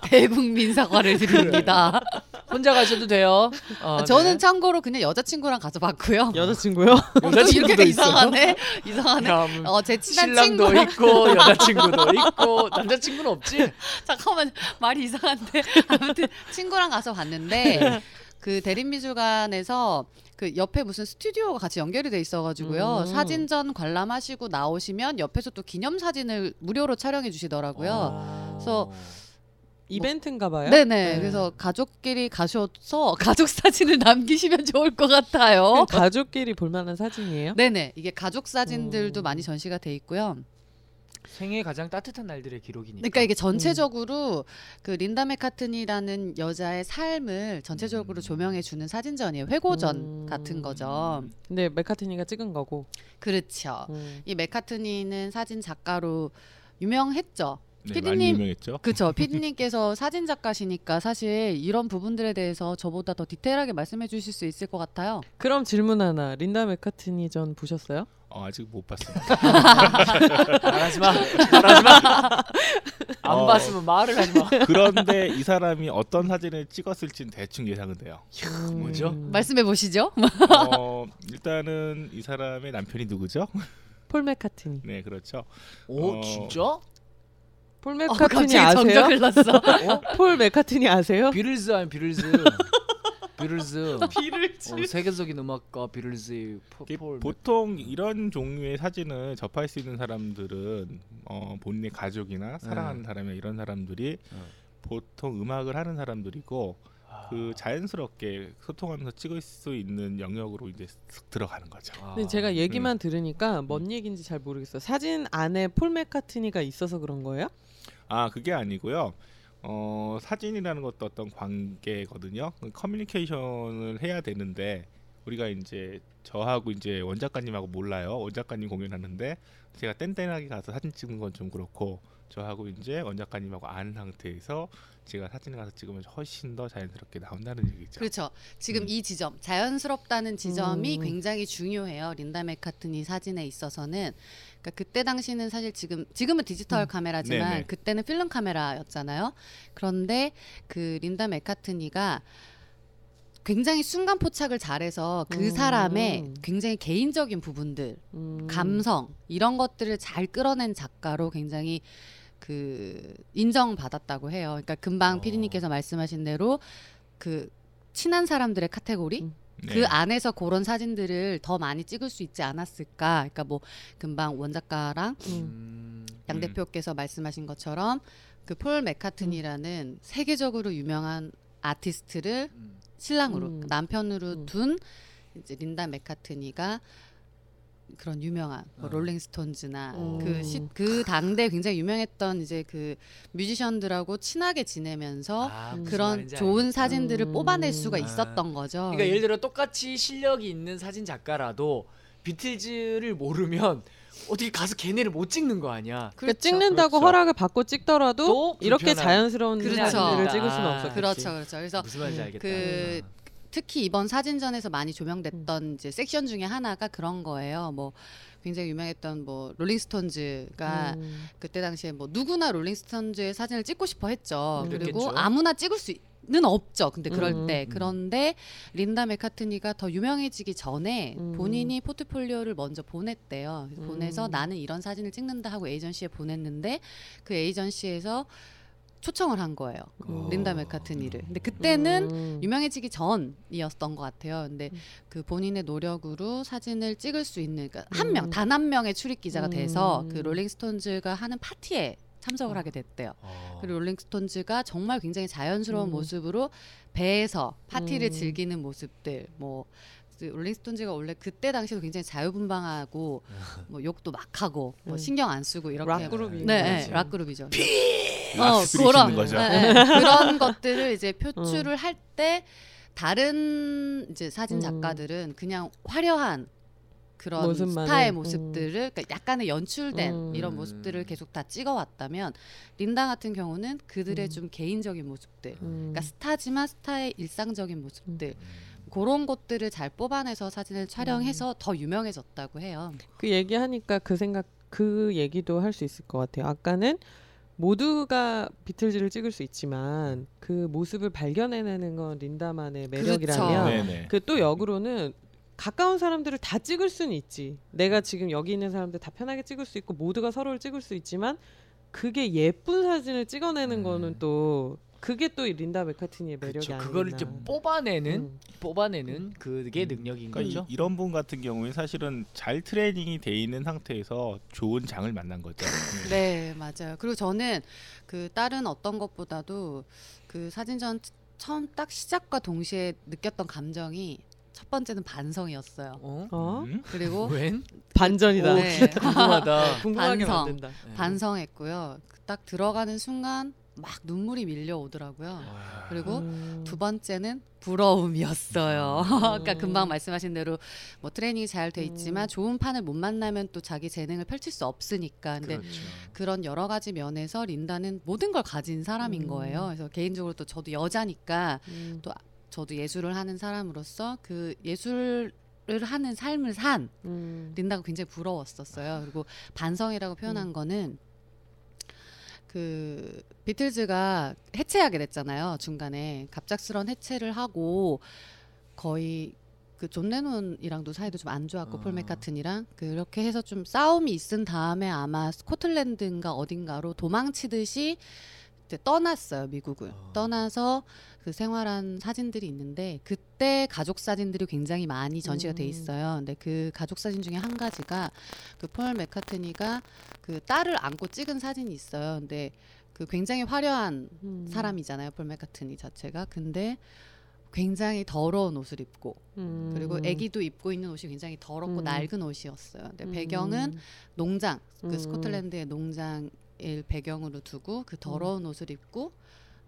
Speaker 2: 대국민 사과를 드립니다. 아,
Speaker 1: 혼자 가셔도 돼요. 어,
Speaker 2: 저는
Speaker 1: 네.
Speaker 2: 참고로 그냥 여자친구랑 가서 봤고요.
Speaker 3: 여자친구요?
Speaker 1: 여자친구도
Speaker 2: 이렇게
Speaker 1: 있어요?
Speaker 2: 이상하네. 이상하네.
Speaker 1: 다음은
Speaker 2: 어, 제 친한
Speaker 1: 신랑도
Speaker 2: 친구랑
Speaker 1: 있고 여자친구도 있고 남자친구는 없지?
Speaker 2: 잠깐만 말이 이상한데 아무튼 친구랑 가서 봤는데 그 대림미술관에서 그 옆에 무슨 스튜디오가 같이 연결이 돼 있어가지고요
Speaker 3: 음.
Speaker 2: 사진전 관람하시고 나오시면 옆에서 또 기념 사진을 무료로 촬영해 주시더라고요.
Speaker 1: 어,
Speaker 2: 그래서
Speaker 3: 아. 이벤트인가 봐요.
Speaker 2: 네네.
Speaker 3: 네.
Speaker 2: 아, 그래서 가족끼리 가셔서 가족 사진을 남기시면 좋을 것 같아요.
Speaker 3: 가족끼리 볼 만한 사진이에요?
Speaker 2: 네네. 이게 가족 사진들도
Speaker 3: 음.
Speaker 2: 많이 전시가 돼 있고요.
Speaker 1: 생애 가장 따뜻한 날들의 기록이니까.
Speaker 2: 그러니까 이게 전체적으로 그 린다 맥카튼이라는 여자의 삶을
Speaker 1: 음.
Speaker 2: 전체적으로 조명해 주는 사진전이에요. 회고전
Speaker 3: 음.
Speaker 2: 같은 거죠.
Speaker 3: 근데 맥카트니가 찍은 거고.
Speaker 2: 그렇죠.
Speaker 3: 음.
Speaker 2: 이 맥카트니는 사진 작가로 유명했죠.
Speaker 4: 네,
Speaker 2: 피디님.
Speaker 4: 많이 유명했죠.
Speaker 2: 그렇죠. 피디님께서 사진 작가시니까 사실 이런 부분들에 대해서 저보다 더 디테일하게 말씀해 주실 수 있을 것 같아요.
Speaker 3: 그럼 질문 하나. 린다 맥카트니 전 보셨어요?
Speaker 4: 어, 아직 못 봤어요.
Speaker 1: 말하지 마. 말하지 마. 안
Speaker 4: 어.
Speaker 1: 봤으면 말을 하지 마.
Speaker 4: 그런데 이 사람이 어떤 사진을 찍었을지는 대충 예상은 돼요.
Speaker 3: 음.
Speaker 1: 뭐죠?
Speaker 2: 말씀해 보시죠.
Speaker 4: 어, 일단은 이 사람의 남편이 누구죠?
Speaker 3: 폴 맥카트니.
Speaker 4: 네, 그렇죠.
Speaker 1: 오
Speaker 4: 어.
Speaker 1: 진짜?
Speaker 3: 폴
Speaker 2: 어,
Speaker 3: 맥카트니
Speaker 2: 갑자기
Speaker 3: 아세요?
Speaker 2: 정적을 났어.
Speaker 3: 폴 맥카트니 아세요?
Speaker 1: 비틀즈 아니 비틀즈. 비틀즈.
Speaker 3: 비를
Speaker 1: 어, 세계적인 음악가 비틀즈 포-
Speaker 4: 이게
Speaker 1: 폴.
Speaker 4: 그 보통 이런 종류의 사진을 접할 수 있는 사람들은 어, 본인의 가족이나 사랑하는 사람이나 이런 사람들이
Speaker 1: 음.
Speaker 4: 보통 음악을 하는 사람들이고 그 자연스럽게 소통하면서 찍을 수 있는 영역으로 이제 슥 들어가는 거죠.
Speaker 1: 아.
Speaker 3: 근데
Speaker 2: 네.
Speaker 3: 제가 얘기만 들으니까
Speaker 2: 음.
Speaker 3: 뭔 얘기인지 잘 모르겠어요. 사진 안에 폴 맥카트니가 있어서 그런 거예요?
Speaker 4: 아 그게 아니고요. 어, 사진이라는 것도 어떤 관계거든요. 커뮤니케이션을 해야 되는데 우리가 이제 저하고 이제 원 작가님하고 몰라요. 원 작가님 공연하는데 제가 땡땡하게 가서 사진 찍는 건 좀 그렇고 저하고 이제 원 작가님하고 아는 상태에서 제가 사진을 가서 찍으면 훨씬 더 자연스럽게 나온다는 얘기죠.
Speaker 2: 그렇죠. 지금
Speaker 4: 음.
Speaker 2: 이 지점, 자연스럽다는 지점이
Speaker 3: 음.
Speaker 2: 굉장히 중요해요. 린다 맥카트니 사진에 있어서는 그러니까 그때 당시는 사실 지금 지금은 디지털
Speaker 3: 음.
Speaker 2: 카메라지만
Speaker 4: 네네.
Speaker 2: 그때는 필름 카메라였잖아요. 그런데 그 린다 맥카트니가 굉장히 순간 포착을 잘해서 그
Speaker 3: 음.
Speaker 2: 사람의 굉장히 개인적인 부분들,
Speaker 3: 음.
Speaker 2: 감성 이런 것들을 잘 끌어낸 작가로 굉장히 그 인정받았다고 해요. 그러니까 금방
Speaker 1: 어.
Speaker 2: 피디님께서 말씀하신 대로 그 친한 사람들의 카테고리
Speaker 3: 음.
Speaker 4: 네.
Speaker 2: 그 안에서 그런 사진들을 더 많이 찍을 수 있지 않았을까. 그러니까 뭐 금방 원 작가랑
Speaker 3: 음.
Speaker 1: 음.
Speaker 2: 양
Speaker 4: 음.
Speaker 2: 대표께서 말씀하신 것처럼 그 폴 맥카튼이라는 세계적으로 유명한 아티스트를
Speaker 1: 음.
Speaker 2: 신랑으로
Speaker 3: 음.
Speaker 2: 남편으로
Speaker 3: 음.
Speaker 2: 둔 이제 린다 맥카트니가 그런 유명한 뭐
Speaker 1: 어.
Speaker 2: 롤링스톤즈나
Speaker 3: 음.
Speaker 2: 그, 시, 그 당대 굉장히 유명했던 이제 그 뮤지션들하고 친하게 지내면서
Speaker 1: 아, 무슨
Speaker 2: 어? 그런
Speaker 1: 말인지
Speaker 2: 좋은
Speaker 1: 알겠다.
Speaker 2: 사진들을
Speaker 3: 음.
Speaker 2: 뽑아낼 수가
Speaker 1: 아.
Speaker 2: 있었던 거죠.
Speaker 1: 그러니까 예를 들어 똑같이 실력이 있는 사진 작가라도 비틀즈를 모르면 어떻게 가서 걔네를 못 찍는 거 아니야?
Speaker 3: 그러니까 찍는다고
Speaker 1: 그렇죠.
Speaker 3: 허락을 받고 찍더라도
Speaker 1: 또
Speaker 3: 이렇게
Speaker 1: 불편한.
Speaker 3: 자연스러운
Speaker 2: 그렇죠.
Speaker 3: 사진들을 찍을 수는
Speaker 1: 아.
Speaker 3: 없어요.
Speaker 2: 그렇죠, 그렇죠. 그래서
Speaker 1: 무슨 말인지
Speaker 3: 음,
Speaker 1: 알겠다.
Speaker 2: 그 특히 이번 사진전에서 많이 조명됐던
Speaker 3: 음.
Speaker 2: 이제 섹션 중에 하나가 그런 거예요. 뭐 굉장히 유명했던 뭐 롤링스톤즈가
Speaker 3: 음.
Speaker 2: 그때 당시에 뭐 누구나 롤링스톤즈의 사진을 찍고 싶어 했죠.
Speaker 1: 음,
Speaker 2: 그리고
Speaker 1: 그랬겠죠.
Speaker 2: 아무나 찍을 수는 없죠. 근데 그럴
Speaker 3: 음,
Speaker 2: 때
Speaker 1: 음.
Speaker 2: 그런데 린다 맥카트니가 더 유명해지기 전에
Speaker 3: 음.
Speaker 2: 본인이 포트폴리오를 먼저 보냈대요.
Speaker 3: 음.
Speaker 2: 보내서 나는 이런 사진을 찍는다 하고 에이전시에 보냈는데 그 에이전시에서 초청을 한 거예요.
Speaker 1: 어.
Speaker 2: 린다 맥카트니를. 근데 그때는
Speaker 3: 음.
Speaker 2: 유명해지기 전이었던 것 같아요. 근데
Speaker 3: 음.
Speaker 2: 그 본인의 노력으로 사진을 찍을 수 있는 그러니까 한
Speaker 3: 음.
Speaker 2: 명, 단 한 명의 출입 기자가 돼서
Speaker 3: 음.
Speaker 2: 그 롤링스톤즈가 하는 파티에 참석을 하게 됐대요.
Speaker 1: 어.
Speaker 2: 그리고 롤링스톤즈가 정말 굉장히 자연스러운
Speaker 3: 음.
Speaker 2: 모습으로 배에서 파티를
Speaker 3: 음.
Speaker 2: 즐기는 모습들 뭐 그 롤링스톤즈가 원래 그때 당시도 굉장히 자유분방하고 뭐 욕도 막 하고 뭐
Speaker 3: 음.
Speaker 2: 신경 안 쓰고 이렇게
Speaker 3: 락 그룹이
Speaker 2: 네,
Speaker 1: 그렇지.
Speaker 2: 네, 락 그룹이죠.
Speaker 4: 아,
Speaker 2: 어,
Speaker 4: 스피릿이
Speaker 2: 그런-
Speaker 4: 있는 거죠. 어.
Speaker 2: 네, 네. 그런 것들을 이제 표출을 할 때 다른 이제 사진
Speaker 3: 음.
Speaker 2: 작가들은 그냥 화려한 그런
Speaker 3: 모습만을,
Speaker 2: 스타의
Speaker 3: 음.
Speaker 2: 모습들을 그러니까 약간의 연출된
Speaker 3: 음.
Speaker 2: 이런 모습들을 계속 다 찍어왔다면 린다 같은 경우는 그들의
Speaker 3: 음.
Speaker 2: 좀 개인적인 모습들
Speaker 3: 음.
Speaker 2: 그러니까 스타지만 스타의 일상적인 모습들 그런 것들을 잘 뽑아내서 사진을 촬영해서
Speaker 3: 음.
Speaker 2: 더 유명해졌다고 해요.
Speaker 3: 그 얘기하니까 그 생각 그 얘기도 할 수 있을 것 같아요. 아까는 모두가 비틀즈를 찍을 수 있지만 그 모습을 발견해내는 건 린다만의
Speaker 2: 그렇죠.
Speaker 3: 매력이라면
Speaker 4: 네네.
Speaker 3: 그 또 역으로는 가까운 사람들을 다 찍을 수는 있지. 내가 지금 여기 있는 사람들 다 편하게 찍을 수 있고 모두가 서로를 찍을 수 있지만 그게 예쁜 사진을 찍어내는
Speaker 1: 음.
Speaker 3: 거는 또 그게 또이 린다 맥카트니의 매력이
Speaker 1: 그렇죠.
Speaker 3: 아니나.
Speaker 1: 그거를 이제 뽑아내는
Speaker 3: 음.
Speaker 1: 뽑아내는 그게 능력인
Speaker 4: 그러니까
Speaker 1: 거죠.
Speaker 4: 이, 이런 분 같은 경우에 사실은 잘 트레이닝이 돼 있는 상태에서 좋은 장을 만난 거죠.
Speaker 2: 네, 맞아요. 그리고 저는 그 다른 어떤 것보다도 그 사진전 처음 딱 시작과 동시에 느꼈던 감정이 첫 번째는 반성이었어요. 네.
Speaker 1: 어?
Speaker 3: 어?
Speaker 4: 음?
Speaker 2: 그리고
Speaker 1: 웬?
Speaker 3: 반전이다.
Speaker 2: 오,
Speaker 1: 네. 궁금하다.
Speaker 3: 궁금하게
Speaker 2: 반성.
Speaker 3: 만든다.
Speaker 1: 네.
Speaker 2: 반성했고요. 그딱 들어가는 순간 막 눈물이 밀려오더라고요.
Speaker 1: 와.
Speaker 2: 그리고
Speaker 3: 음.
Speaker 2: 두 번째는 부러움이었어요. 그러니까 금방 말씀하신 대로 뭐 트레이닝이 잘 돼 있지만
Speaker 3: 음.
Speaker 2: 좋은 판을 못 만나면 또 자기 재능을 펼칠 수 없으니까. 근데
Speaker 1: 그렇죠.
Speaker 2: 그런 여러 가지 면에서 린다는 모든 걸 가진 사람인
Speaker 3: 음.
Speaker 2: 거예요. 그래서 개인적으로 또 저도 여자니까
Speaker 3: 음.
Speaker 2: 저도 예술을 하는 사람으로서 그 예술을 하는 삶을 산
Speaker 3: 음.
Speaker 2: 린다가 굉장히 부러웠었어요. 그리고 반성이라고
Speaker 1: 음.
Speaker 2: 표현한 거는 그 비틀즈가 해체하게 됐잖아요. 중간에 갑작스런 해체를 하고 거의 그 존 레논이랑도 사이도 좀 안 좋았고
Speaker 1: 아.
Speaker 2: 폴 맥카튼이랑 그렇게 해서 좀 싸움이 있은 다음에 아마 스코틀랜드인가 어딘가로 도망치듯이 이제 떠났어요 미국을
Speaker 1: 아.
Speaker 2: 떠나서 그 생활한 사진들이 있는데 그때 가족 사진들이 굉장히 많이 전시가 돼
Speaker 3: 음.
Speaker 2: 있어요. 근데 그 가족 사진 중에 한 가지가 그 폴 맥카트니가 그 딸을 안고 찍은 사진이 있어요. 근데 그 굉장히 화려한
Speaker 3: 음.
Speaker 2: 네, 사람이잖아요. 폴 맥카트니 자체가 근데 굉장히 더러운 옷을 입고
Speaker 3: 음.
Speaker 2: 그리고 아기도 입고 있는 옷이 굉장히 더럽고
Speaker 3: 음.
Speaker 2: 낡은 옷이었어요. 근데 배경은 농장 그
Speaker 3: 음.
Speaker 2: 스코틀랜드의 농장을 배경으로 두고 그 더러운 옷을 입고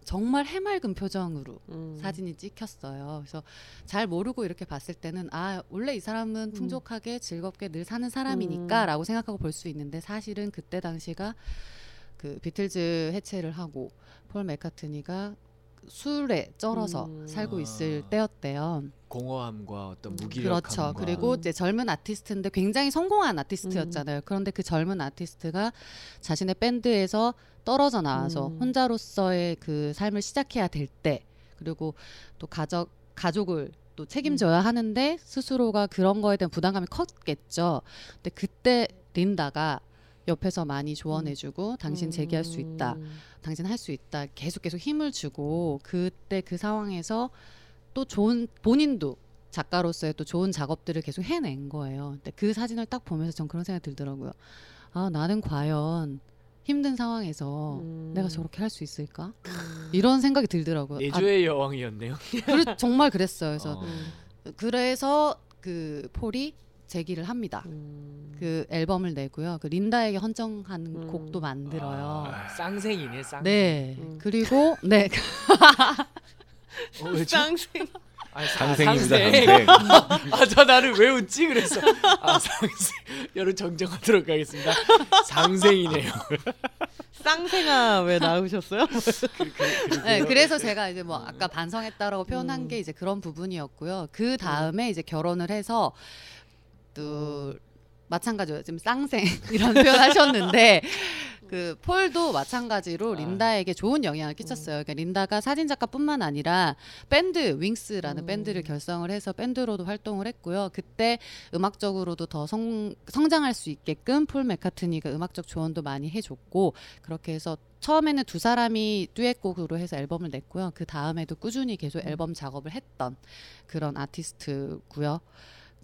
Speaker 2: 정말 해맑은 표정으로
Speaker 3: 음.
Speaker 2: 사진이 찍혔어요. 그래서 잘 모르고 이렇게 봤을 때는 아 원래 이
Speaker 3: 음.
Speaker 2: 사람은 풍족하게 즐겁게 늘 사는 사람이니까라고 생각하고 볼 수 있는데 사실은 그때 당시가 그 비틀즈 해체를 하고 폴 맥카트니가 술에 쩔어서
Speaker 3: 음.
Speaker 2: 살고 있을
Speaker 1: 아.
Speaker 2: 때였대요.
Speaker 1: 공허함과 어떤
Speaker 3: 음,
Speaker 1: 무기력함과
Speaker 2: 그렇죠. 그리고 이제 젊은 아티스트인데 굉장히 성공한 아티스트였잖아요. 그런데 그 젊은 아티스트가 자신의 밴드에서 떨어져 나와서
Speaker 3: 음.
Speaker 2: 혼자로서의 그 삶을 시작해야 될 때 그리고 또 가족 가족을 또 책임져야 하는데 스스로가 그런 거에 대한 부담감이 컸겠죠. 근데 그때 린다가 옆에서 많이 조언해주고 당신 재기할 수 있다.
Speaker 3: 음.
Speaker 2: 당신 할 수 있다 계속 계속 힘을 주고 그때 그 상황에서 또 좋은 본인도 작가로서의 또 좋은 작업들을 계속 해낸 거예요. 근데 그 사진을 딱 보면서 전 그런 생각이 들더라고요. 아 나는 과연 힘든 상황에서
Speaker 3: 음.
Speaker 2: 어, 내가 저렇게 할 수 있을까? 이런 생각이 들더라고요.
Speaker 1: 예주의 여왕이었네요.
Speaker 2: 아, 그래, 정말 그랬어요. 그래서
Speaker 3: 음.
Speaker 1: 어.
Speaker 2: 그래서 그 폴이 제기를 합니다.
Speaker 3: 음.
Speaker 2: 그 앨범을 내고요. 그 린다에게 헌정하는
Speaker 3: 음.
Speaker 2: 곡도 만들어요.
Speaker 1: 아, 쌍생이네 쌍.
Speaker 2: 네.
Speaker 3: 음.
Speaker 2: 그리고 네.
Speaker 1: 어, 왜죠?
Speaker 3: 쌍생.
Speaker 1: 아니, 사-
Speaker 4: 상생입니다.
Speaker 1: 상생.
Speaker 4: 상생.
Speaker 1: 아저 나를 왜 웃지 그랬어. 아 상생. 여러분 정정하도록 하겠습니다. 상생이네요.
Speaker 3: 쌍생아 왜 나오셨어요?
Speaker 2: 네, 그래서 제가 이제 뭐 아까 반성했다라고 표현한
Speaker 3: 음.
Speaker 2: 게 이제 그런 부분이었고요. 그 다음에 이제 결혼을 해서 또 마찬가지로 지금 쌍생 이런 표현하셨는데 그 폴도 마찬가지로
Speaker 1: 아.
Speaker 2: 린다에게 좋은 영향을 끼쳤어요. 그러니까 린다가 사진 작가뿐만 아니라 밴드 윙스라는
Speaker 3: 음.
Speaker 2: 밴드를 결성을 해서 밴드로도 활동을 했고요. 그때 음악적으로도 더 성, 성장할 수 있게끔 폴 맥카트니가 음악적 조언도 많이 해줬고 그렇게 해서 처음에는 두 사람이 듀엣곡으로 해서 앨범을 냈고요. 그 다음에도 꾸준히 계속 앨범 작업을 했던 그런 아티스트고요.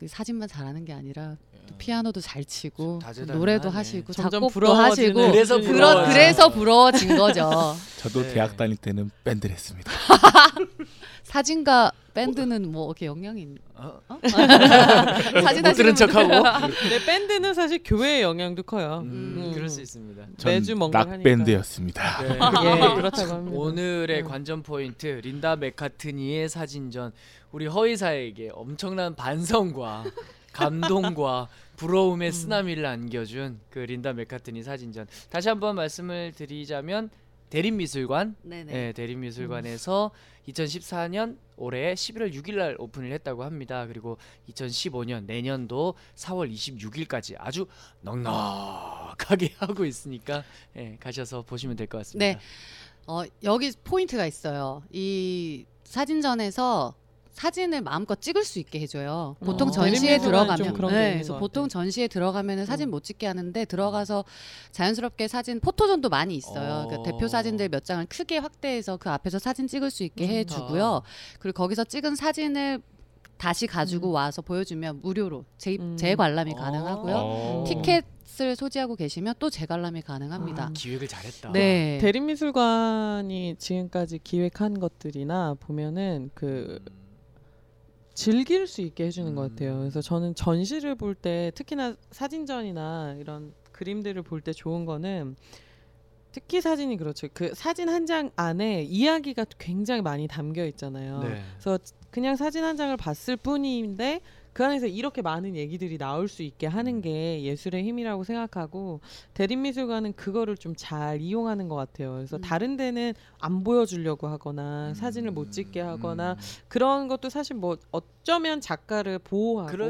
Speaker 2: 그 사진만 잘하는 게 아니라 또 피아노도 잘 치고
Speaker 1: 음. 다재다능하네.
Speaker 2: 노래도 하시고
Speaker 3: 점점
Speaker 2: 작곡도
Speaker 3: 부러워지는
Speaker 2: 하시고
Speaker 1: 그래서
Speaker 3: 수준이
Speaker 2: 그러,
Speaker 1: 부러워요.
Speaker 2: 그래서 부러워진 거죠.
Speaker 4: 저도
Speaker 1: 네.
Speaker 4: 대학 다닐 때는 밴드를 했습니다.
Speaker 2: 사진과 밴드는 뭐 이렇게 영향이 있...
Speaker 1: 어?
Speaker 2: 사진
Speaker 1: 못 들은
Speaker 2: 하시는 분들.
Speaker 1: 척하고.
Speaker 3: 근데 밴드는 사실 교회의 영향도 커요.
Speaker 1: 음,
Speaker 3: 음.
Speaker 1: 그럴 수 있습니다.
Speaker 3: 매주
Speaker 4: 전
Speaker 3: 멍멍하니까.
Speaker 4: 락밴드였습니다.
Speaker 1: 네.
Speaker 3: 예, 그렇다고 합니다.
Speaker 1: 오늘의
Speaker 3: 음.
Speaker 1: 관전 포인트 린다 맥카트니의 사진전 우리 허이사에게 엄청난 반성과 감동과 부러움의
Speaker 3: 음.
Speaker 1: 쓰나미를 안겨준 그 린다 맥카트니 사진전 다시 한번 말씀을 드리자면 대림미술관
Speaker 2: 네네. 음.
Speaker 1: 네, 대림미술관에서 2014년 올해 11월 6일날 오픈을 했다고 합니다. 그리고 2015년 내년도 4월 26일까지 아주 넉넉하게 하고 있으니까 예, 가셔서 보시면 될 것 같습니다.
Speaker 2: 네. 어, 여기 포인트가 있어요. 이 사진전에서 사진을 마음껏 찍을 수 있게 해줘요. 보통
Speaker 1: 어,
Speaker 2: 전시에
Speaker 1: 대림에서는 좀
Speaker 2: 들어가면, 네,
Speaker 1: 그런
Speaker 3: 게 있는
Speaker 2: 그래서
Speaker 3: 것
Speaker 2: 보통
Speaker 3: 같아요.
Speaker 2: 전시에 들어가면은 사진
Speaker 3: 음.
Speaker 2: 못 찍게 하는데 들어가서 자연스럽게 사진 포토존도 많이
Speaker 1: 어.
Speaker 2: 있어요. 그 대표 사진들 몇 장을 크게 확대해서 그 앞에서 사진 찍을 수 있게
Speaker 1: 좋다.
Speaker 2: 해주고요. 그리고 거기서 찍은 사진을 다시 가지고 와서 보여주면 무료로 재,
Speaker 3: 음.
Speaker 2: 재관람이
Speaker 1: 음. 어.
Speaker 2: 가능하고요.
Speaker 4: 어.
Speaker 2: 티켓을 소지하고 계시면 또 재관람이 가능합니다.
Speaker 1: 기획을 잘했다.
Speaker 2: 네.
Speaker 3: 대림미술관이 지금까지 기획한 것들이나 보면은 그 즐길 수 있게 해주는
Speaker 1: 음.
Speaker 3: 것 같아요. 그래서 저는 전시를 볼 때 특히나 사진전이나 이런 그림들을 볼 때 좋은 거는 특히 사진이 그렇죠. 그 사진 한 장 안에 이야기가 굉장히 많이 담겨 있잖아요.
Speaker 1: 네.
Speaker 3: 그래서 그냥 사진 한 장을 봤을 뿐인데 그 안에서 이렇게 많은 얘기들이 나올 수 있게
Speaker 1: 음.
Speaker 3: 하는 게 예술의 힘이라고 생각하고 대림미술관은 그거를 좀 잘 이용하는 것 같아요. 그래서
Speaker 2: 음.
Speaker 3: 다른 데는 안 보여주려고 하거나
Speaker 1: 네.
Speaker 3: 사진을 못 찍게
Speaker 1: 음.
Speaker 3: 하거나 그런 것도 사실 뭐 어쩌면 작가를 보호하고
Speaker 1: 그럴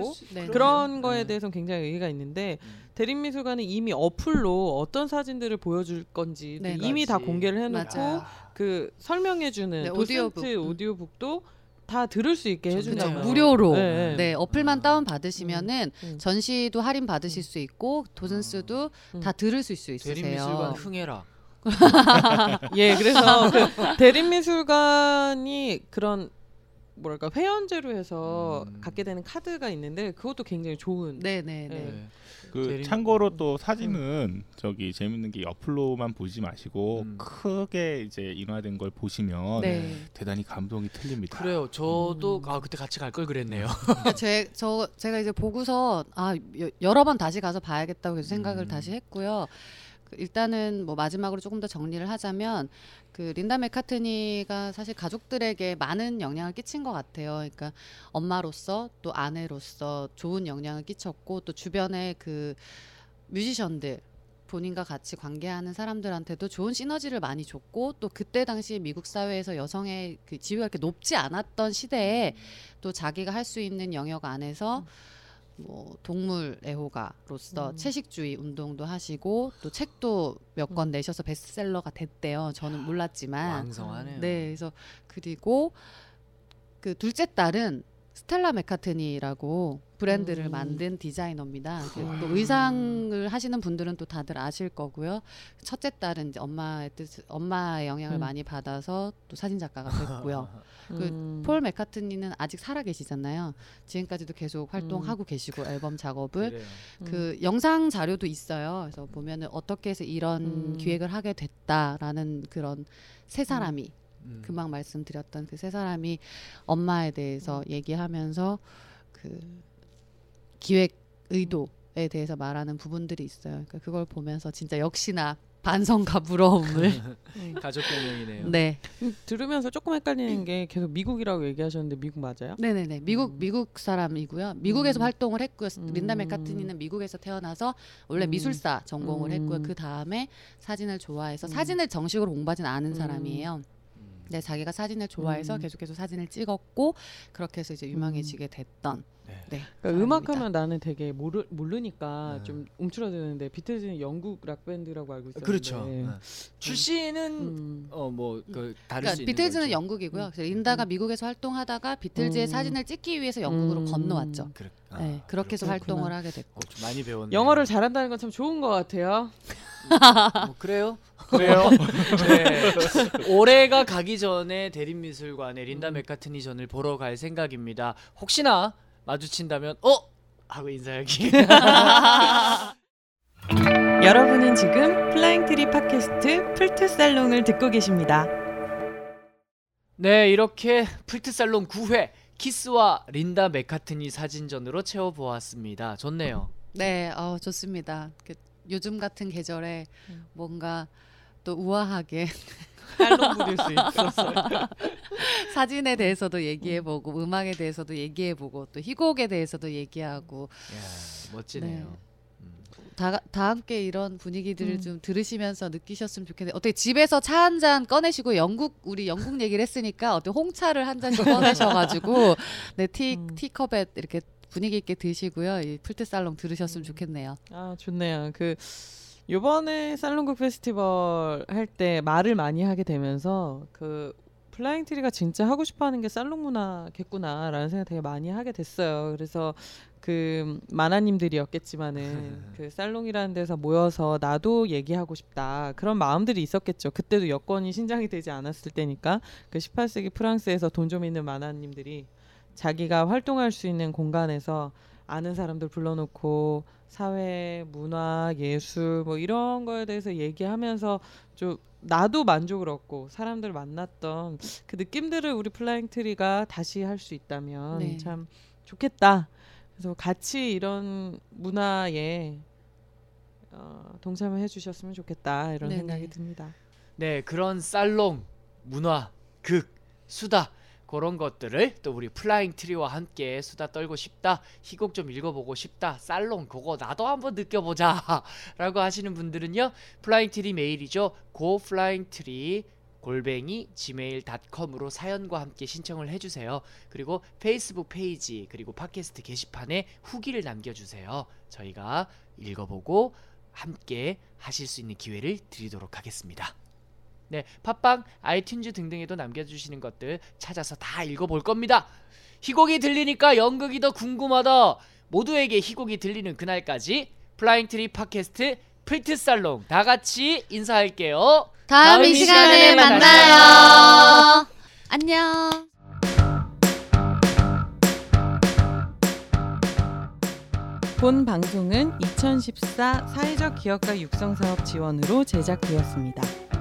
Speaker 3: 그런
Speaker 1: 수,
Speaker 2: 네.
Speaker 3: 거에
Speaker 1: 네.
Speaker 3: 대해서는 굉장히 의의가 있는데
Speaker 1: 음.
Speaker 3: 대림미술관은 이미 어플로 어떤 사진들을 보여줄 건지
Speaker 2: 네,
Speaker 3: 이미 다
Speaker 1: 맞지.
Speaker 3: 공개를 해놓고
Speaker 2: 맞아요.
Speaker 3: 그 설명해주는
Speaker 2: 네,
Speaker 3: 도슨트
Speaker 2: 오디오북. 음.
Speaker 3: 오디오북도 다 들을 수 있게
Speaker 1: 그쵸,
Speaker 2: 그렇죠.
Speaker 3: 해준다고
Speaker 1: 해주잖아요.
Speaker 2: 무료로
Speaker 3: 네,
Speaker 2: 네,
Speaker 1: 네.
Speaker 2: 어플만
Speaker 1: 음.
Speaker 2: 다운 받으시면은
Speaker 3: 음.
Speaker 2: 전시도 할인 받으실 수 있고 도슨스도
Speaker 3: 음.
Speaker 2: 다 들으실 수
Speaker 1: 대림미술관
Speaker 2: 있으세요.
Speaker 1: 흥해라.
Speaker 3: 예 그래서 그 대림미술관이 그런 뭐랄까 회원제로 해서
Speaker 1: 음.
Speaker 3: 갖게 되는 카드가 있는데 그것도 굉장히 좋은
Speaker 2: 네네네.
Speaker 3: 네.
Speaker 4: 그
Speaker 1: 대림-
Speaker 4: 참고로 또 사진은 저기 재밌는 게 어플로만 보지 마시고
Speaker 1: 음.
Speaker 4: 크게 이제 인화된 걸 보시면
Speaker 2: 네.
Speaker 1: 네.
Speaker 4: 대단히 감동이 틀립니다.
Speaker 1: 그래요. 저도
Speaker 3: 음.
Speaker 1: 아 그때 같이 갈 걸 그랬네요.
Speaker 2: 그러니까 제, 저 제가 이제 보고서 아 여- 여러 번 다시 가서 봐야겠다고 해서 생각을
Speaker 1: 음.
Speaker 2: 다시 했고요. 그 일단은 뭐 마지막으로 조금 더 정리를 하자면 그 린다 맥카트니가 사실 가족들에게 많은 영향을 끼친 것 같아요. 그러니까 엄마로서 또 아내로서 좋은 영향을 끼쳤고 또 주변의 그 뮤지션들 본인과 같이 관계하는 사람들한테도 좋은 시너지를 많이 줬고 또 그때 당시 미국 사회에서 여성의 그 지위가 이렇게 높지 않았던 시대에 또 자기가 할 수 있는 영역 안에서 뭐 동물 애호가로서
Speaker 3: 음.
Speaker 2: 채식주의 운동도 하시고 또 책도 몇 권 내셔서 베스트셀러가 됐대요. 저는 몰랐지만
Speaker 1: 왕성하네요.
Speaker 2: 네, 그래서 그리고 그 둘째 딸은 스텔라 메카트니라고 브랜드를
Speaker 3: 음.
Speaker 2: 만든 디자이너입니다. 그
Speaker 1: 와.
Speaker 2: 또 의상을 하시는 분들은 또 다들 아실 거고요. 그 첫째 딸은 이제 엄마의 뜻, 엄마의 영향을
Speaker 3: 음.
Speaker 2: 많이 받아서 또 사진 작가가 됐고요. 그
Speaker 3: 음.
Speaker 2: 폴 메카트니는 아직 살아 계시잖아요. 지금까지도 계속 활동하고 계시고 앨범 작업을
Speaker 1: 그래요.
Speaker 3: 음.
Speaker 2: 그 영상 자료도 있어요. 그래서 보면은 어떻게 해서 이런
Speaker 3: 음.
Speaker 2: 기획을 하게 됐다라는 그런 세 사람이
Speaker 1: 음.
Speaker 2: 금방 말씀드렸던 그 세 사람이 엄마에 대해서 얘기하면서 그 기획 의도에 대해서 말하는 부분들이 있어요. 그러니까 그걸 보면서 진짜 역시나 반성과 부러움을
Speaker 3: 음.
Speaker 1: 네. 가족 경영이네요.
Speaker 2: 네,
Speaker 3: 들으면서 조금 헷갈리는 게 계속 미국이라고 얘기하셨는데 미국 맞아요?
Speaker 2: 네네네 미국
Speaker 3: 음.
Speaker 2: 미국 사람이고요. 미국에서
Speaker 3: 음.
Speaker 2: 활동을 했고요.
Speaker 3: 음.
Speaker 2: 린다 맥카트니는 미국에서 태어나서 원래
Speaker 3: 음.
Speaker 2: 미술사 전공을 했고요.
Speaker 3: 음.
Speaker 2: 그 다음에 사진을 좋아해서
Speaker 3: 음.
Speaker 2: 사진을 정식으로 공부하진 않은
Speaker 3: 음.
Speaker 2: 사람이에요.
Speaker 1: 음.
Speaker 2: 네, 자기가 사진을 좋아해서
Speaker 3: 음.
Speaker 2: 계속해서 사진을 찍었고 그렇게 해서 이제 유명해지게 됐던
Speaker 4: 네.
Speaker 2: 네.
Speaker 3: 그러니까
Speaker 2: 사람입니다.
Speaker 3: 음악하면 나는 되게 모르 모르니까
Speaker 1: 네.
Speaker 3: 좀 움츠러드는데 비틀즈는 영국 락 밴드라고 알고 있었는데
Speaker 1: 그렇죠. 네. 출신은
Speaker 3: 음.
Speaker 1: 어뭐그 다를 수
Speaker 2: 음. 그러니까
Speaker 1: 있는
Speaker 2: 비틀즈는
Speaker 1: 거죠.
Speaker 2: 영국이고요. 그래서 린다가 미국에서 활동하다가 비틀즈의
Speaker 3: 음.
Speaker 2: 사진을 찍기 위해서 영국으로
Speaker 3: 음.
Speaker 2: 건너왔죠.
Speaker 1: 그래. 아,
Speaker 2: 네, 그렇게 해서
Speaker 1: 그렇구나.
Speaker 2: 활동을 하게 됐고.
Speaker 1: 어, 좀 많이 배웠네.
Speaker 3: 영어를 잘한다는 건 참 좋은 것 같아요.
Speaker 1: 뭐 그래요? 그래요. 네. 올해가 가기 전에 대립미술관에 린다
Speaker 3: 음.
Speaker 1: 맥카트니 전을 보러 갈 생각입니다. 혹시나 마주친다면 어 하고 인사하기.
Speaker 3: 여러분은 지금 플라잉트리 팟캐스트 풀트 살롱을 듣고 계십니다.
Speaker 1: 네, 이렇게 풀트살롱 9회 키스와 린다 맥카트니 사진전으로 채워보았습니다. 좋네요.
Speaker 2: 네, 어, 좋습니다. 그, 요즘 같은 계절에
Speaker 3: 음.
Speaker 2: 뭔가 또 우아하게
Speaker 3: 살롱 부릴 수 있어서.
Speaker 2: 사진에 대해서도 얘기해보고 음악에 대해서도 얘기해보고 또 희곡에 대해서도 얘기하고
Speaker 3: 음.
Speaker 1: 이야, 멋지네요.
Speaker 2: 네.
Speaker 1: 음.
Speaker 2: 다, 다 함께 이런 분위기들을
Speaker 3: 음.
Speaker 2: 좀 들으시면서 느끼셨으면 좋겠는데 어떻게 집에서 차 한 잔 꺼내시고 영국 우리 영국 얘기를 했으니까 어떻게 홍차를 한 잔씩 꺼내셔가지고 네티
Speaker 3: 음.
Speaker 2: 티컵에 이렇게 분위기 있게 드시고요 이 풀트 살롱 들으셨으면 좋겠네요.
Speaker 3: 아 좋네요. 그 요번에 살롱국 페스티벌 할 때 말을 많이 하게 되면서 그 플라잉 트리가 진짜 하고 싶어 하는 게 살롱 문화겠구나라는 생각 되게 많이 하게 됐어요. 그래서 그 마나님들이었겠지만은 그 살롱이라는 데서 모여서 나도 얘기하고 싶다 그런 마음들이 있었겠죠. 그때도 여건이 신장이 되지 않았을 때니까 그 18세기 프랑스에서 돈 좀 있는 마나님들이 자기가 활동할 수 있는 공간에서 아는 사람들 불러놓고 사회, 문화, 예술 뭐 이런 거에 대해서 얘기하면서 좀 나도 만족을 얻고 사람들 만났던 그 느낌들을 우리 플라잉 트리가 다시 할 수 있다면
Speaker 2: 네.
Speaker 3: 참 좋겠다. 그래서 같이 이런 문화에 어, 동참을 해주셨으면 좋겠다 이런
Speaker 2: 네네.
Speaker 3: 생각이 듭니다.
Speaker 1: 네, 그런 살롱, 문화, 극, 수다 그런 것들을 또 우리 플라잉 트리와 함께 수다 떨고 싶다, 희곡 좀 읽어보고 싶다, 살롱 그거 나도 한번 느껴보자라고 하시는 분들은요 플라잉 트리 메일이죠 go flying tree 골뱅이 gmail.com으로 사연과 함께 신청을 해주세요. 그리고 페이스북 페이지 그리고 팟캐스트 게시판에 후기를 남겨주세요. 저희가 읽어보고 함께 하실 수 있는 기회를 드리도록 하겠습니다. 네, 팟빵, 아이튠즈 등등에도 남겨주시는 것들 찾아서 다 읽어볼 겁니다. 희곡이 들리니까 연극이 더 궁금하다. 모두에게 희곡이 들리는 그날까지 플라잉트리 팟캐스트 프리트살롱 다 같이 인사할게요.
Speaker 2: 다음,
Speaker 1: 다음
Speaker 2: 이
Speaker 1: 이
Speaker 2: 시간에,
Speaker 1: 시간에
Speaker 2: 만나요. 안녕.
Speaker 3: 본 방송은 2014 사회적 기업가 육성 사업 지원으로 제작되었습니다.